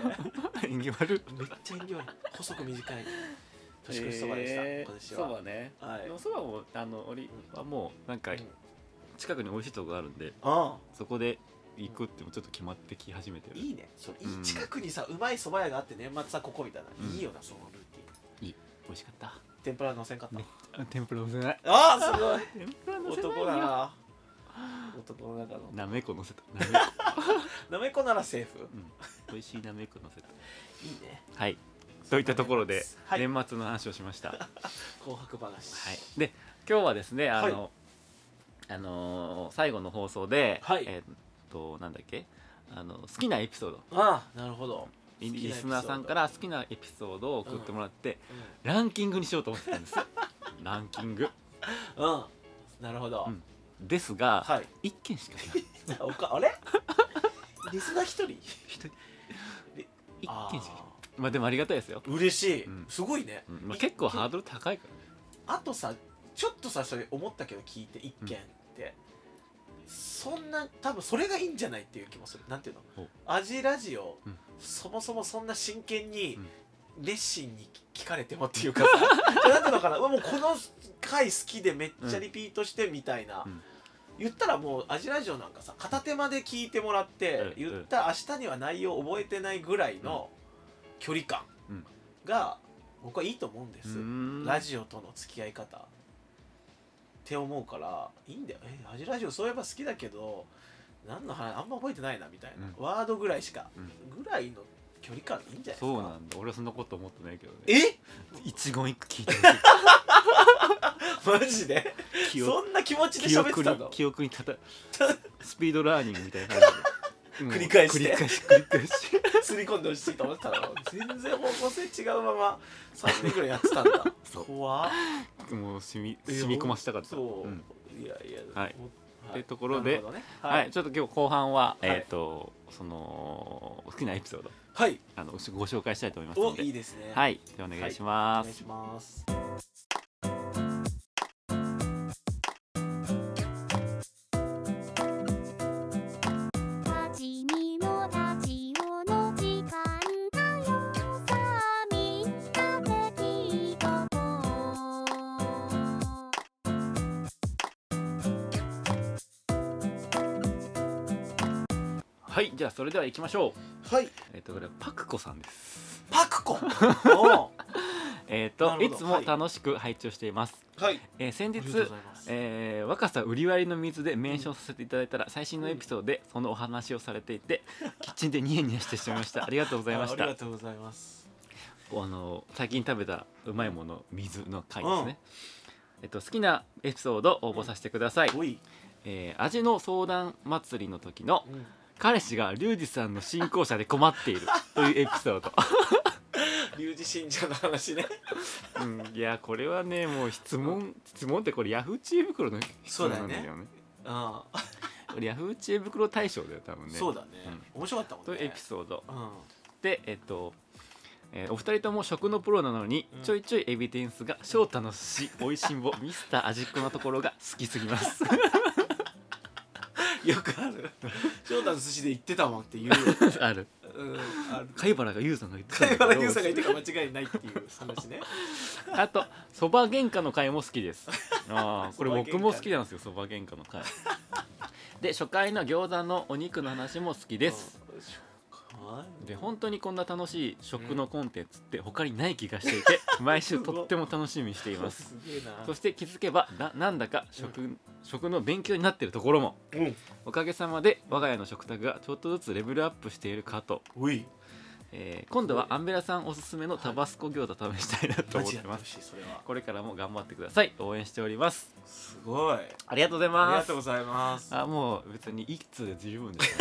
[SPEAKER 2] 縁起悪い
[SPEAKER 3] めっちゃ縁起悪い細く短い年越しそばでした、
[SPEAKER 2] えー
[SPEAKER 3] 今年
[SPEAKER 2] そ
[SPEAKER 3] は
[SPEAKER 2] ばね
[SPEAKER 3] はい
[SPEAKER 2] でもそばもあの俺はもうなんか
[SPEAKER 3] うん
[SPEAKER 2] 近くに美味しいとこがあるんで
[SPEAKER 3] ああ
[SPEAKER 2] そこで行くってもちょっと決まってき始めてる
[SPEAKER 3] いいねそれいい
[SPEAKER 2] うん
[SPEAKER 3] 近くにさうまい蕎麦屋があって年末はここみたいな、
[SPEAKER 2] うん
[SPEAKER 3] いいよなそのルーティン
[SPEAKER 2] 美味しかった
[SPEAKER 3] 天ぷらのせんかった、
[SPEAKER 2] ねあ天ぷら乗せない
[SPEAKER 3] ああすごい
[SPEAKER 2] 天ぷ [laughs] ら
[SPEAKER 3] 男だな男の中の
[SPEAKER 2] なめこ乗 [laughs] せたなめこ
[SPEAKER 3] なめこならセーフ
[SPEAKER 2] うん美味しいなめこ乗せた
[SPEAKER 3] いいね
[SPEAKER 2] はいといったところで
[SPEAKER 3] はい
[SPEAKER 2] 年末の話をしま [laughs] した、
[SPEAKER 3] 紅白話
[SPEAKER 2] はい、で今日はですねあの、
[SPEAKER 3] は
[SPEAKER 2] あのー最後の放送で、
[SPEAKER 3] はい
[SPEAKER 2] えーっとなんだっけあの好きなエピソード
[SPEAKER 3] ああなるほど
[SPEAKER 2] リ
[SPEAKER 3] 好きなエ
[SPEAKER 2] リ
[SPEAKER 3] ピソー
[SPEAKER 2] ス
[SPEAKER 3] ド
[SPEAKER 2] ナーさんから好きなエピソードを送ってもらって、ランキングにしようと思ってたん
[SPEAKER 3] [laughs]
[SPEAKER 2] ですよランキング
[SPEAKER 3] うん、うんなるほど、
[SPEAKER 2] うんですが、
[SPEAKER 3] はい
[SPEAKER 2] 一1件しかない
[SPEAKER 3] おか
[SPEAKER 2] [laughs]
[SPEAKER 3] あれリスナー一人
[SPEAKER 2] 1件しかない
[SPEAKER 3] あ
[SPEAKER 2] まあでもありがたいですよ、
[SPEAKER 3] ー嬉しい、
[SPEAKER 2] うん
[SPEAKER 3] すごいね、
[SPEAKER 2] うんまあ、結構ハードル高いから
[SPEAKER 3] あとさちょっとさそれ思ったけど聞いて一件って、そんな多分それがいいんじゃないっていう気もするなんていう
[SPEAKER 2] ほう
[SPEAKER 3] のアジラジオ、
[SPEAKER 2] うん
[SPEAKER 3] そもそもそんな真剣に、熱心に聞かれてもってい
[SPEAKER 2] [laughs]
[SPEAKER 3] うかさなんていうのかなうわもうこの回好きでめっちゃリピートしてみたいな、
[SPEAKER 2] うん
[SPEAKER 3] 言ったらもうアジラジオなんかさ片手まで聞いてもらって、
[SPEAKER 2] うん
[SPEAKER 3] 言った明日には内容覚えてないぐらいの距離感
[SPEAKER 2] うん
[SPEAKER 3] が僕はいいと思うんです、
[SPEAKER 2] うん
[SPEAKER 3] ラジオとの付き合い方って思うからいいんだよえアジラジオそういえば好きだけど何の話あんま覚えてないなみたいな、
[SPEAKER 2] うん
[SPEAKER 3] ワードぐらいしか、
[SPEAKER 2] うん
[SPEAKER 3] ぐらいの距離感でいいんじゃないですか
[SPEAKER 2] そうなんだ俺はそんなこと思ってないけどね
[SPEAKER 3] え [laughs]
[SPEAKER 2] 一言一句聞いてほ
[SPEAKER 3] マジで
[SPEAKER 2] しい記
[SPEAKER 3] [laughs]
[SPEAKER 2] 憶
[SPEAKER 3] そんな気持ちで
[SPEAKER 2] 記
[SPEAKER 3] 喋っ
[SPEAKER 2] 憶
[SPEAKER 3] てた
[SPEAKER 2] に
[SPEAKER 3] の
[SPEAKER 2] 記憶
[SPEAKER 3] [laughs]
[SPEAKER 2] にたたスピードラーニングみたいな感じでもう
[SPEAKER 3] 繰り返して
[SPEAKER 2] 繰り返し繰り返し
[SPEAKER 3] すり込んでほしいと思ってたの全然方向性違うまま3年ぐらいやってたんだ
[SPEAKER 2] [laughs] そう
[SPEAKER 3] 怖っ
[SPEAKER 2] もう染み
[SPEAKER 3] いや
[SPEAKER 2] 染み込ませたかった
[SPEAKER 3] そう、
[SPEAKER 2] ん
[SPEAKER 3] いやいや、
[SPEAKER 2] はい
[SPEAKER 3] もはい
[SPEAKER 2] ってところで、
[SPEAKER 3] なるほどね
[SPEAKER 2] はい、
[SPEAKER 3] はい
[SPEAKER 2] ちょっと今日後半は、
[SPEAKER 3] はい
[SPEAKER 2] えっ、とその好きなエピソード
[SPEAKER 3] はい
[SPEAKER 2] あのご紹介したいと思いますの
[SPEAKER 3] お
[SPEAKER 2] で
[SPEAKER 3] いいですね
[SPEAKER 2] はいでお願いしま
[SPEAKER 3] お願い
[SPEAKER 2] す、
[SPEAKER 3] します
[SPEAKER 4] 立ちにも立ちよの時間だよさあみんなで聞いとこう
[SPEAKER 2] はい、じゃあそれでは行きましょう
[SPEAKER 3] はい
[SPEAKER 2] えっ、とこれはパクコさんです
[SPEAKER 3] パク
[SPEAKER 2] [laughs]
[SPEAKER 3] コお
[SPEAKER 2] えっ、
[SPEAKER 3] な
[SPEAKER 2] と
[SPEAKER 3] る
[SPEAKER 2] い
[SPEAKER 3] ほど
[SPEAKER 2] つも楽しく拝聴しています、
[SPEAKER 3] ーはい
[SPEAKER 2] えー
[SPEAKER 3] あ
[SPEAKER 2] 先
[SPEAKER 3] り
[SPEAKER 2] 日
[SPEAKER 3] がとうございます
[SPEAKER 2] えー若さ売り割りの水でメンションさせていただいたら最新のエピソードでそのお話をされてい [laughs] てキッチンでニヤニヤしてしまいましたありがとうございまし
[SPEAKER 3] ああ
[SPEAKER 2] た
[SPEAKER 3] りがとうございます
[SPEAKER 2] あの最近食べたうまいもの水の回ですね、えっと、好きなエピソードを応募させてください、
[SPEAKER 3] おい、
[SPEAKER 2] えー味の相談祭りの時の
[SPEAKER 3] うん
[SPEAKER 2] 彼氏がリュウジさんの信仰者で困ってい
[SPEAKER 3] [laughs]
[SPEAKER 2] るというエピソード、
[SPEAKER 3] リュウジ信者の話ね
[SPEAKER 2] うん、いやこれはねもう質問質問ってこれヤフー知恵袋の質問なんだよね
[SPEAKER 3] そう [laughs] ああ、
[SPEAKER 2] これヤフー知恵袋大賞だよ多分ね
[SPEAKER 3] そうだね、面白かったもん
[SPEAKER 2] と
[SPEAKER 3] ね
[SPEAKER 2] いうエピソード
[SPEAKER 3] うん
[SPEAKER 2] でえっと、えーお二人とも食のプロなのに、
[SPEAKER 3] うん
[SPEAKER 2] ちょいちょいエビデンスが翔太の寿司おいしんぼミスター味っ子のところが好きすぎます
[SPEAKER 3] [laughs] よくある翔太の寿司で行ってたもんっていう、
[SPEAKER 2] ある
[SPEAKER 3] うん、ある
[SPEAKER 2] 貝原がユウさんが言ってた
[SPEAKER 3] 貝
[SPEAKER 2] んだけど
[SPEAKER 3] 原優さんがいてから間違いないっていう話ね
[SPEAKER 2] あとそば喧嘩の回も好きです
[SPEAKER 3] [laughs]
[SPEAKER 2] ああこれ
[SPEAKER 3] そば喧嘩
[SPEAKER 2] 僕も好きなんですよそば喧嘩の
[SPEAKER 3] [laughs]
[SPEAKER 2] 回で初回の餃子のお肉の話も好き [laughs] です
[SPEAKER 3] うんしょうがない
[SPEAKER 2] で本当にこんな楽しい食のコンテンツって他にない気がして
[SPEAKER 3] [laughs]
[SPEAKER 2] いて毎週とっても楽しみにしています
[SPEAKER 3] すげえな
[SPEAKER 2] そして気づけばななんだか食,、食の勉強になってるところも
[SPEAKER 3] うん
[SPEAKER 2] おかげさまで我が家の食卓がちょっとずつレベルアップしているかと、
[SPEAKER 3] おい
[SPEAKER 2] えー今度はアンベラさんおすすめのタバスコ餃子試したいなと
[SPEAKER 3] マ
[SPEAKER 2] 思っ
[SPEAKER 3] ジやっ
[SPEAKER 2] て
[SPEAKER 3] てほ
[SPEAKER 2] ます
[SPEAKER 3] しいそれは
[SPEAKER 2] これからも頑張ってください応援しております
[SPEAKER 3] すごい
[SPEAKER 2] ありがとうござい
[SPEAKER 3] あり
[SPEAKER 2] ま
[SPEAKER 3] が
[SPEAKER 2] す
[SPEAKER 3] とうございます
[SPEAKER 2] あもう別に一通で十分です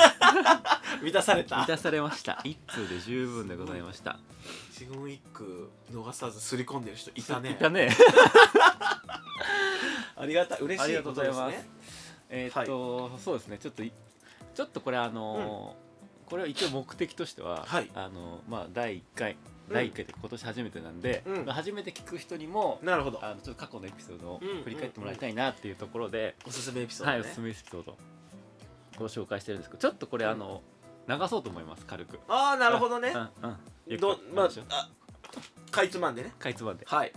[SPEAKER 3] 満たされ
[SPEAKER 2] [laughs] 満
[SPEAKER 3] た
[SPEAKER 2] たされました一通で十分でございました
[SPEAKER 3] 一言一句逃さず刷り込んでる人いたね
[SPEAKER 2] いたね
[SPEAKER 3] ありがたい嬉
[SPEAKER 2] あ
[SPEAKER 3] し
[SPEAKER 2] り
[SPEAKER 3] い
[SPEAKER 2] がと
[SPEAKER 3] こ
[SPEAKER 2] う
[SPEAKER 3] と
[SPEAKER 2] ござ
[SPEAKER 3] で
[SPEAKER 2] い
[SPEAKER 3] す
[SPEAKER 2] ます
[SPEAKER 3] ね
[SPEAKER 2] [laughs] えーっと、そうですねちょっといちょっとこれあのーこれは一応目的としては、
[SPEAKER 3] はい
[SPEAKER 2] あのーまあ第1回
[SPEAKER 3] うん
[SPEAKER 2] 第1回って今年初めてなんで、
[SPEAKER 3] うん
[SPEAKER 2] まあ初めて聞く人にも
[SPEAKER 3] なるほど
[SPEAKER 2] あのちょっと過去のエピソードを
[SPEAKER 3] うん
[SPEAKER 2] 振り返ってもらいたいなっていうところで、
[SPEAKER 3] おすすめエピソード
[SPEAKER 2] は
[SPEAKER 3] ね
[SPEAKER 2] いおすすめエピソードご紹介してるんですけどちょっとこれあの流そうと思います軽く
[SPEAKER 3] ああなるほどね
[SPEAKER 2] うんうんゆっくり
[SPEAKER 3] どまあ
[SPEAKER 2] どうでしょう
[SPEAKER 3] あかいつまんでね
[SPEAKER 2] かいつまんで
[SPEAKER 3] はい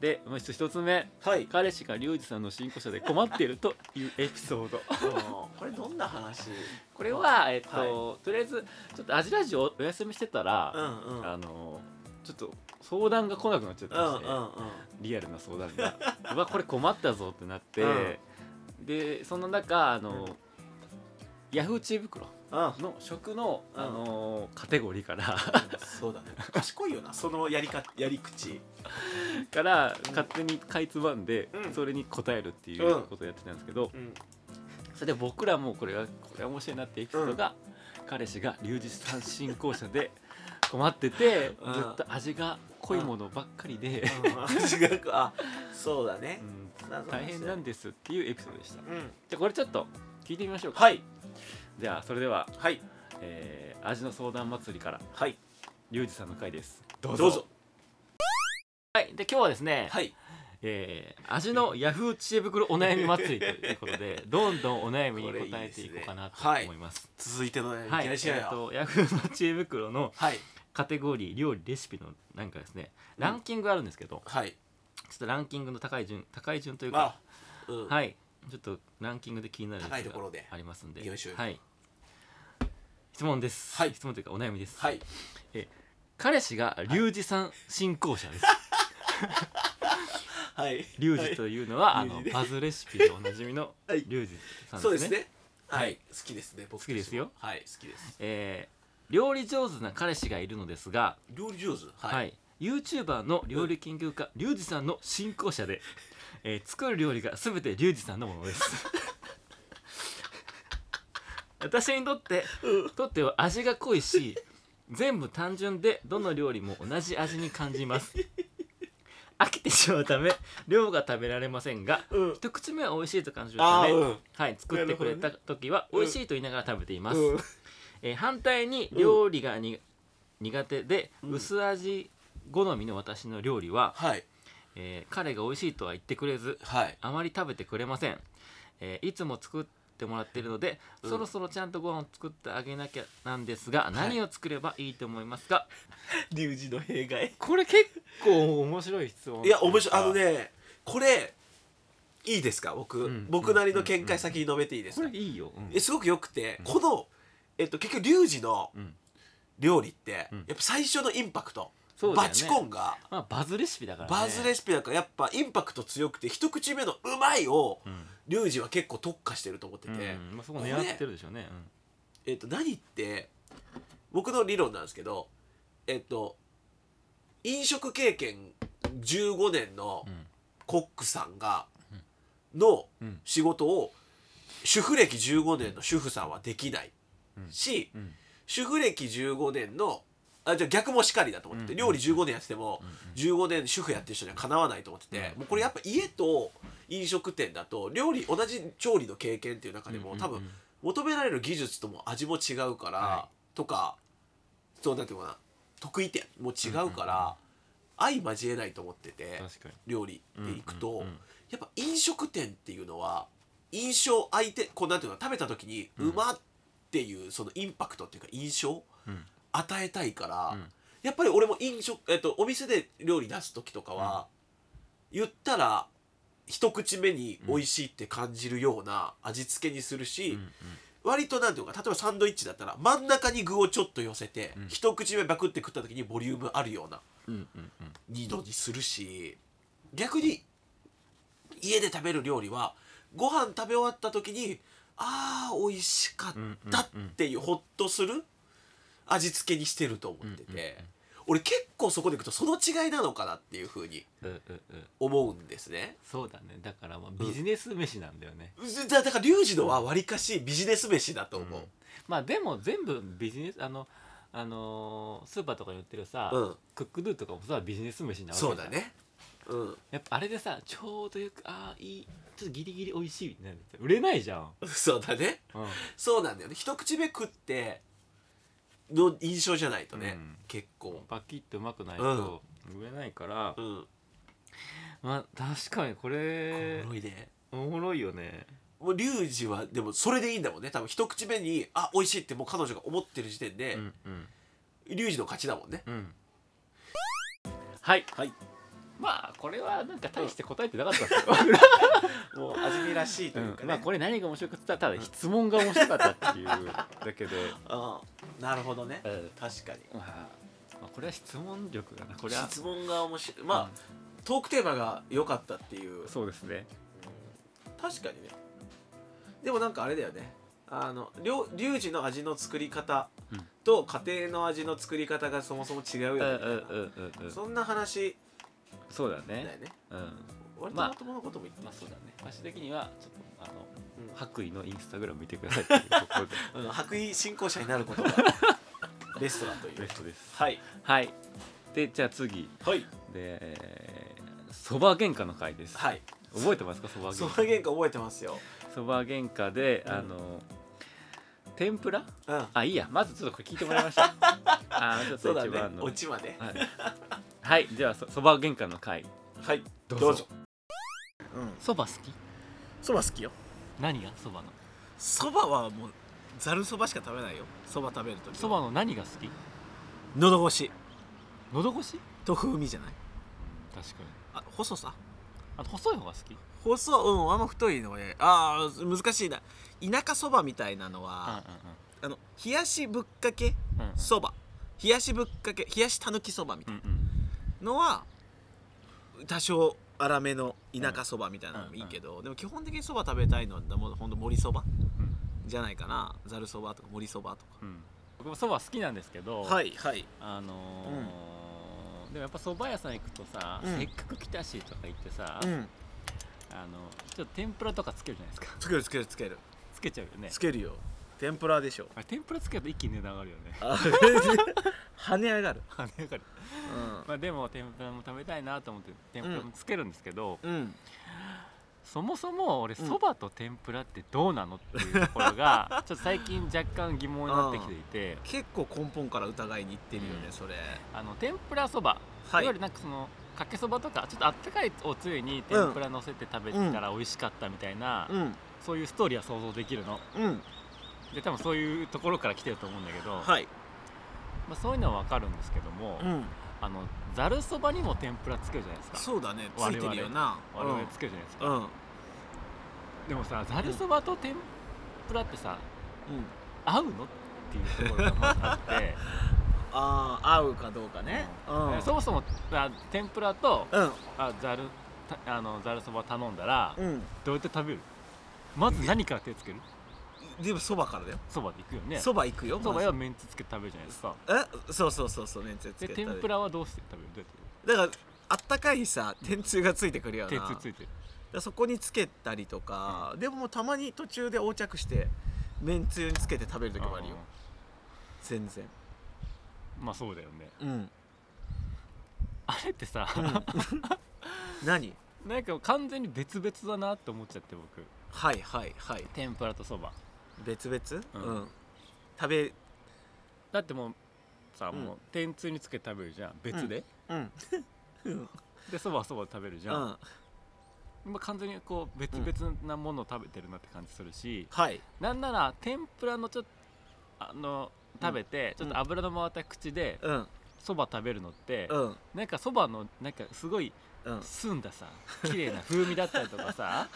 [SPEAKER 2] でまあ一つ一つ目
[SPEAKER 3] はい
[SPEAKER 2] 彼氏がリュウジさんの信仰者で困っているというエピソード
[SPEAKER 3] [laughs] これどんな話
[SPEAKER 2] [laughs] これは、えっととりあえずちょっとアジラジオお休みしてたら、
[SPEAKER 3] うんうん
[SPEAKER 2] あのちょっと相談が来なくなっちゃった
[SPEAKER 3] うん
[SPEAKER 2] んですね、
[SPEAKER 3] うん
[SPEAKER 2] リアルな相談 [laughs] がうわこれ困ったぞってなって、でその中あの、ヤフー知恵袋
[SPEAKER 3] うん
[SPEAKER 2] の食の、
[SPEAKER 3] うん
[SPEAKER 2] あのカテゴリーから
[SPEAKER 3] そうだね賢いよなそのやりかやり口
[SPEAKER 2] から勝手にかいつまんで、
[SPEAKER 3] うん
[SPEAKER 2] それに答えるっていうことをやってたんですけど、
[SPEAKER 3] うん [laughs]
[SPEAKER 2] それで僕らもこれはこれは面白いなってエピソードが、彼氏がリュウジさん信仰者で [laughs] 困ってて、
[SPEAKER 3] うん
[SPEAKER 2] ずっと味が濃いものばっかりで、
[SPEAKER 3] 違うあそうだね
[SPEAKER 2] うん
[SPEAKER 3] なるほど
[SPEAKER 2] 大変なんですっていうエピソードでしたじゃ
[SPEAKER 3] うん
[SPEAKER 2] あこれちょっと聞いてみましょうか、
[SPEAKER 3] はい
[SPEAKER 2] じゃあそれでは、
[SPEAKER 3] はい
[SPEAKER 2] えー味の相談祭りから
[SPEAKER 3] はい
[SPEAKER 2] リュウジさんの回ですど
[SPEAKER 3] どうぞ
[SPEAKER 2] はいで今日はですね、
[SPEAKER 3] はい
[SPEAKER 2] えー味のヤフー知恵袋お悩み祭りということ [laughs] でどんどんお悩みに答えていこうかなと思います
[SPEAKER 3] 続いてのねいき
[SPEAKER 2] は、
[SPEAKER 3] ないりしよう
[SPEAKER 2] えー
[SPEAKER 3] よ
[SPEAKER 2] とヤフーの知恵袋の
[SPEAKER 3] はい
[SPEAKER 2] カテゴリー料理レシピのなんかですねランキングがあるんですけど、
[SPEAKER 3] はい
[SPEAKER 2] ちょっとランキングの高い順高い順というか、
[SPEAKER 3] まあうん
[SPEAKER 2] はいちょっとランキングで気になるやつが
[SPEAKER 3] 高いところで
[SPEAKER 2] ありますんで
[SPEAKER 3] よいしょ
[SPEAKER 2] はい質問です、
[SPEAKER 3] はい
[SPEAKER 2] 質問というかお悩みです、
[SPEAKER 3] はい
[SPEAKER 2] 彼氏がリュウジさん信仰者です、
[SPEAKER 3] はい
[SPEAKER 2] リュウジというのは、
[SPEAKER 3] はい
[SPEAKER 2] あ
[SPEAKER 3] リュ
[SPEAKER 2] の
[SPEAKER 3] ウジね
[SPEAKER 2] バズレシピでおなじみの
[SPEAKER 3] はい
[SPEAKER 2] リュウジさんですね
[SPEAKER 3] そうですねはい、
[SPEAKER 2] はい
[SPEAKER 3] 好きですね僕
[SPEAKER 2] 好きですよ
[SPEAKER 3] はい好きです
[SPEAKER 2] えー料理上手な彼氏がいるのですが
[SPEAKER 3] 料理上手はい、
[SPEAKER 2] はい、YouTuber の料理研究家、リュウジさんの信仰者
[SPEAKER 3] [laughs]
[SPEAKER 2] で、えー作る料理が全てリュウジさんのものです
[SPEAKER 3] [laughs]
[SPEAKER 2] 私にとって、とっては味が濃
[SPEAKER 3] [laughs]
[SPEAKER 2] いし全部単純でどの料理も同じ味に感じます飽きてしまうため量が食べられませんが
[SPEAKER 3] うん
[SPEAKER 2] 一口目は美味しいと感じる
[SPEAKER 3] ああ
[SPEAKER 2] ため、
[SPEAKER 3] うん
[SPEAKER 2] はい、作ってくれた時は
[SPEAKER 3] うん
[SPEAKER 2] 美味しいと言いながら食べています、
[SPEAKER 3] うん
[SPEAKER 2] えー反対に料理がに、苦手で薄味好みの私の料理は、
[SPEAKER 3] はい
[SPEAKER 2] えー彼が美味しいとは言ってくれず
[SPEAKER 3] はい
[SPEAKER 2] あまり食べてくれません、えーいつも作ってもらっているので、
[SPEAKER 3] うん
[SPEAKER 2] そろそろちゃんとご飯を作ってあげなきゃなんですが何を作ればいいと思いますか、
[SPEAKER 3] 龍二の弊害
[SPEAKER 2] これ結構面白い質問
[SPEAKER 3] いや面白いあのねこれいいですか僕、
[SPEAKER 2] うん
[SPEAKER 3] 僕なりの見解先に述べていいです
[SPEAKER 2] こ
[SPEAKER 3] か、
[SPEAKER 2] れいいよ、うん
[SPEAKER 3] えすごく良くて、この、えっと、結局リュウジの
[SPEAKER 2] うん
[SPEAKER 3] 料理って、
[SPEAKER 2] うん
[SPEAKER 3] やっぱ最初のインパクト、
[SPEAKER 2] そうだ
[SPEAKER 3] バ
[SPEAKER 2] よね
[SPEAKER 3] チコンが
[SPEAKER 2] まあ、バズレシピだから、ね、
[SPEAKER 3] バズレシピだからやっぱインパクト強くて一口目の「うまい」を
[SPEAKER 2] うん
[SPEAKER 3] リュウジは結構特化してると思ってて、
[SPEAKER 2] うんまあ、そこ狙ってるでしょうね、
[SPEAKER 3] えっと何って僕の理論なんですけどえっと飲食経験15年の
[SPEAKER 2] うんうん
[SPEAKER 3] コックさんがの
[SPEAKER 2] うん
[SPEAKER 3] 仕事を主婦歴15年の主婦さんはできない
[SPEAKER 2] うん
[SPEAKER 3] し
[SPEAKER 2] うん
[SPEAKER 3] 主婦歴15年のあじゃあ逆もしかりだと思ってて
[SPEAKER 2] うん
[SPEAKER 3] 料理15年やってても
[SPEAKER 2] うん
[SPEAKER 3] 15年主婦やってる人にはかなわないと思ってて
[SPEAKER 2] うん
[SPEAKER 3] もうこれやっぱ家と飲食店だと料理同じ調理の経験っていう中で
[SPEAKER 2] うん
[SPEAKER 3] も
[SPEAKER 2] うん
[SPEAKER 3] 多分求められる技術とも味も違うから、
[SPEAKER 2] は
[SPEAKER 3] とかそうなんていうのかな得意点も違うから、相交えないと思ってて
[SPEAKER 2] 確かに
[SPEAKER 3] 料理でいくと、
[SPEAKER 2] うんうんうん
[SPEAKER 3] やっぱ飲食店っていうのは印象相手こうなんていうの食べた時に
[SPEAKER 2] うん
[SPEAKER 3] うまっていうそのインパクトっていうか印象
[SPEAKER 2] うん
[SPEAKER 3] 与えたいから、
[SPEAKER 2] うん
[SPEAKER 3] やっぱり俺も飲食、えっと、お店で料理出す時とかは、言ったら一口目に美味しいって感じるような味付けにするし、
[SPEAKER 2] うんうん
[SPEAKER 3] 割となんていうのか例えばサンドイッチだったら真ん中に具をちょっと寄せて、
[SPEAKER 2] うん
[SPEAKER 3] 一口目バクって食った時にボリュームあるような
[SPEAKER 2] うんうんうん
[SPEAKER 3] 二度にするし逆に家で食べる料理はご飯食べ終わった時にあー美味しかったっていうほっとする味付けにしてると思ってて、
[SPEAKER 2] うんうんうん
[SPEAKER 3] 俺結構そこでいくとその違いなのかなっていうふうに
[SPEAKER 2] うんうんうん
[SPEAKER 3] 思うんですね。
[SPEAKER 2] そうだねだからまあビジネス飯なんだよね、
[SPEAKER 3] だだからリュウジのはわりかしビジネス飯だと思う。
[SPEAKER 2] まあでも全部ビジネスあのあのースーパーとかに売ってるさ、
[SPEAKER 3] うん
[SPEAKER 2] クックドゥとかもさビジネス飯なわけじゃ
[SPEAKER 3] そ
[SPEAKER 2] ん
[SPEAKER 3] うだね。うん、
[SPEAKER 2] やっぱあれでさちょうどよくああいいちょっとギリギリ美味しいってなると売れないじゃん、
[SPEAKER 3] そうだね
[SPEAKER 2] うん
[SPEAKER 3] そうなんだよね一口目食っての印象じゃないとね、
[SPEAKER 2] うん
[SPEAKER 3] 結構
[SPEAKER 2] パキッとうまくないと売れないから、
[SPEAKER 3] うん
[SPEAKER 2] まあ確かにこれ
[SPEAKER 3] おもろいね
[SPEAKER 2] おもろいよね
[SPEAKER 3] もうリュウジはでもそれでいいんだもんね多分一口目にあ美味しいってもう彼女が思ってる時点で
[SPEAKER 2] う、んうん
[SPEAKER 3] リュウジの勝ちだもんね
[SPEAKER 2] うんはい、
[SPEAKER 3] はい、
[SPEAKER 2] まあこれはなんか大して答えてなかったんですよ、
[SPEAKER 3] もう味見らしいというかね、
[SPEAKER 2] まあこれ何が面白かったただ質問が面白かったっていうだけで、 [laughs]
[SPEAKER 3] うんなるほどね
[SPEAKER 2] うん
[SPEAKER 3] 確かに
[SPEAKER 2] まあ、まあこれは質問力だなこれは
[SPEAKER 3] 質問が面白いまあ、トークテーマが良かったっていう
[SPEAKER 2] そうですね
[SPEAKER 3] 確かにねでもなんかあれだよねあのりょうリュウジの味の作り方
[SPEAKER 2] うん
[SPEAKER 3] と家庭の味の作り方がそもそも違うよ
[SPEAKER 2] うんうん
[SPEAKER 3] ね
[SPEAKER 2] うんうんうん
[SPEAKER 3] そんな話
[SPEAKER 2] そうだ
[SPEAKER 3] だよ
[SPEAKER 2] ね
[SPEAKER 3] ね
[SPEAKER 2] うん
[SPEAKER 3] 割と
[SPEAKER 2] まあ
[SPEAKER 3] まともなことも言って
[SPEAKER 2] まあ
[SPEAKER 3] る
[SPEAKER 2] そうだね私的にはちょっとあの
[SPEAKER 3] うん
[SPEAKER 2] 白衣のインスタグラム見てくださいっていうところで
[SPEAKER 3] うん白衣信仰者になることがベストだという
[SPEAKER 2] [laughs] ベストです
[SPEAKER 3] はい
[SPEAKER 2] はいでじゃあ次
[SPEAKER 3] はい
[SPEAKER 2] でそば喧嘩の回です、
[SPEAKER 3] はい
[SPEAKER 2] 覚えてますかそば
[SPEAKER 3] そば
[SPEAKER 2] 喧嘩
[SPEAKER 3] 喧嘩覚えてますよ
[SPEAKER 2] そば喧嘩で、
[SPEAKER 3] うん
[SPEAKER 2] あの天ぷら
[SPEAKER 3] うん
[SPEAKER 2] あいいやまずちょっとこれ聞いてもらいました [laughs] あーちょっ
[SPEAKER 3] そうだ
[SPEAKER 2] と一
[SPEAKER 3] ね
[SPEAKER 2] 番の
[SPEAKER 3] オチまで
[SPEAKER 2] はい、はい、じゃあそそば喧嘩の回
[SPEAKER 3] はい
[SPEAKER 2] ど
[SPEAKER 3] ど
[SPEAKER 2] う
[SPEAKER 3] う
[SPEAKER 2] ぞ
[SPEAKER 3] ぞ
[SPEAKER 2] そば好き
[SPEAKER 3] そば好きよ
[SPEAKER 2] 何がそばの
[SPEAKER 3] そばはもうざるそばしか食べないよそば食べるとき
[SPEAKER 2] そばの何が好き
[SPEAKER 3] のど越し
[SPEAKER 2] のど越し
[SPEAKER 3] と風味じゃない
[SPEAKER 2] 確かに
[SPEAKER 3] あ細さ
[SPEAKER 2] あと細い方が好き
[SPEAKER 3] 細うんあんま太いのはねあー難しいな田舎そばみたいなのは、あの冷やしぶっかけ
[SPEAKER 2] うんうんうん
[SPEAKER 3] そば冷やしぶっかけ冷やしたぬきそばみたいな
[SPEAKER 2] うんうん
[SPEAKER 3] のは多少粗めの田舎そばみたいなのもいいけど、でも基本的にそば食べたいのはもうほんと盛りそば
[SPEAKER 2] うん
[SPEAKER 3] じゃないかなざるそばとか盛りそばと
[SPEAKER 2] うん僕もそば好きなんですけど、
[SPEAKER 3] かはいはい
[SPEAKER 2] あのーでもやっぱそば屋さん行くとさ、
[SPEAKER 3] うん
[SPEAKER 2] せっかく来たしとか言ってさ、
[SPEAKER 3] うん
[SPEAKER 2] あのちょっと天ぷらとかつけるじゃないですか [laughs]
[SPEAKER 3] つけるつけるつける
[SPEAKER 2] つけちゃうよね
[SPEAKER 3] つけるよ天ぷらでしょ
[SPEAKER 2] あれ天ぷらつけると一気に値段上がるよ
[SPEAKER 3] [laughs]
[SPEAKER 2] ね
[SPEAKER 3] 跳ね上がる
[SPEAKER 2] 跳ね上がる [laughs] まあでも天ぷらも食べたいなと思って天ぷらもつけるんですけど、
[SPEAKER 3] うん、うん、
[SPEAKER 2] そもそも俺
[SPEAKER 3] うん
[SPEAKER 2] そばと天ぷらってどうなのっていうところが [laughs] ちょっと最近若干疑問になってきてい
[SPEAKER 3] [laughs]
[SPEAKER 2] て
[SPEAKER 3] 結構根本から疑いにいってるよね、
[SPEAKER 2] うん
[SPEAKER 3] それ
[SPEAKER 2] あの天ぷらそ
[SPEAKER 3] は
[SPEAKER 2] ば、、
[SPEAKER 3] いい
[SPEAKER 2] わゆるなんかそのかけそばとかちょっとあったかいおつゆに天ぷら乗せて食べたら美味しかったみたいな、
[SPEAKER 3] うん
[SPEAKER 2] そういうストーリーは想像できるの
[SPEAKER 3] うん
[SPEAKER 2] で多分そういうところから来てると思うんだけど、
[SPEAKER 3] はい
[SPEAKER 2] まあ、そういうのは分かるんですけども、
[SPEAKER 3] うん
[SPEAKER 2] あのざるそばにも天ぷらつけるじゃないですか
[SPEAKER 3] そうだねつ
[SPEAKER 2] 我
[SPEAKER 3] い
[SPEAKER 2] 々
[SPEAKER 3] てるよな
[SPEAKER 2] 我々つけるじゃないですか、
[SPEAKER 3] うんうん
[SPEAKER 2] でもさざるそばと天ぷらってさ
[SPEAKER 3] うん
[SPEAKER 2] 合うのっていうところがまずあって
[SPEAKER 3] ああ合うかどうかね [laughs] うん
[SPEAKER 2] えそもそもあ天ぷらと
[SPEAKER 3] うん
[SPEAKER 2] あざるたあのざるそば頼んだら
[SPEAKER 3] うん
[SPEAKER 2] どうやって食べるまず何から手つける
[SPEAKER 3] でもそばからだよ
[SPEAKER 2] そばでいくよね
[SPEAKER 3] そば、蕎麦行くよ
[SPEAKER 2] そば
[SPEAKER 3] まず
[SPEAKER 2] はめんつつけて食べるじゃないですか
[SPEAKER 3] えそうそうそうそうめんつゆつ
[SPEAKER 2] で
[SPEAKER 3] けて
[SPEAKER 2] 天ぷらはどうして食べる
[SPEAKER 3] だからあったかいさ天つゆがついてくるよ
[SPEAKER 2] ど
[SPEAKER 3] な
[SPEAKER 2] うやって手つついてる
[SPEAKER 3] でそこにつけたりとか、でもたまに途中で横着してめんつゆにつけて食べる時もあるよ全然
[SPEAKER 2] うんまあそうだよね
[SPEAKER 3] うん
[SPEAKER 2] あれってさ、 [laughs]
[SPEAKER 3] 何
[SPEAKER 2] なんか完全に別々だなって思っちゃって僕
[SPEAKER 3] はいはいはい
[SPEAKER 2] 天ぷらとそば
[SPEAKER 3] 別々う
[SPEAKER 2] うん
[SPEAKER 3] ん、食べ
[SPEAKER 2] だってもうさ、
[SPEAKER 3] うん
[SPEAKER 2] もう天つゆにつけて食べるじゃん別で、 [laughs]
[SPEAKER 3] うん
[SPEAKER 2] でそばはそばで食べるじ
[SPEAKER 3] う
[SPEAKER 2] ゃん、
[SPEAKER 3] ん
[SPEAKER 2] まあ完全にこう別々なものを食べてるなって感じするし、
[SPEAKER 3] はい
[SPEAKER 2] なんなら天ぷらのちょっとあの食べて、
[SPEAKER 3] うん
[SPEAKER 2] ちょっと油の回った口で
[SPEAKER 3] うん
[SPEAKER 2] そば食べるのって、
[SPEAKER 3] うん
[SPEAKER 2] なんかそばのなんかすごい
[SPEAKER 3] うん
[SPEAKER 2] 澄んださ綺麗な風味だったりと
[SPEAKER 3] [laughs]
[SPEAKER 2] かさ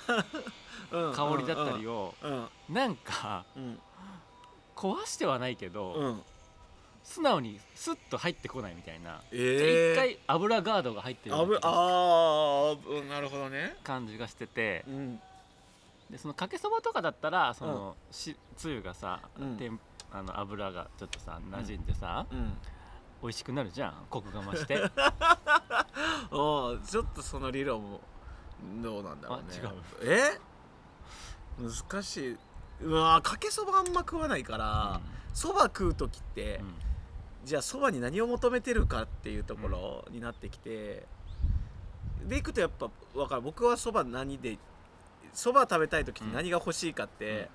[SPEAKER 3] うん
[SPEAKER 2] 香りだったりを
[SPEAKER 3] うん
[SPEAKER 2] なんか
[SPEAKER 3] うん
[SPEAKER 2] 壊してはないけど、
[SPEAKER 3] うん
[SPEAKER 2] 素直にスッと入ってこないみたいな、
[SPEAKER 3] ええ
[SPEAKER 2] 一回油ガードが入ってる
[SPEAKER 3] あ
[SPEAKER 2] よう
[SPEAKER 3] ぶ
[SPEAKER 2] な
[SPEAKER 3] あーうんなるほどね
[SPEAKER 2] 感じがしてて
[SPEAKER 3] うん
[SPEAKER 2] でそのかけそばとかだったらその、しつゆがさ、
[SPEAKER 3] うん
[SPEAKER 2] てんあの油がちょっとさ馴染んでさ、
[SPEAKER 3] うん
[SPEAKER 2] 美味しくなるじゃんコクが増して
[SPEAKER 3] [laughs] ああちょっとその理論もどうなんだろうね
[SPEAKER 2] あ
[SPEAKER 3] 違うえ難しいうわーかけそばあんま食わないからそば、食う時って、
[SPEAKER 2] うん
[SPEAKER 3] じゃあそばに何を求めてるかっていうところになってきて、でいくとやっぱ分かる僕はそば何でそば食べたい時に何が欲しいかって、
[SPEAKER 2] うん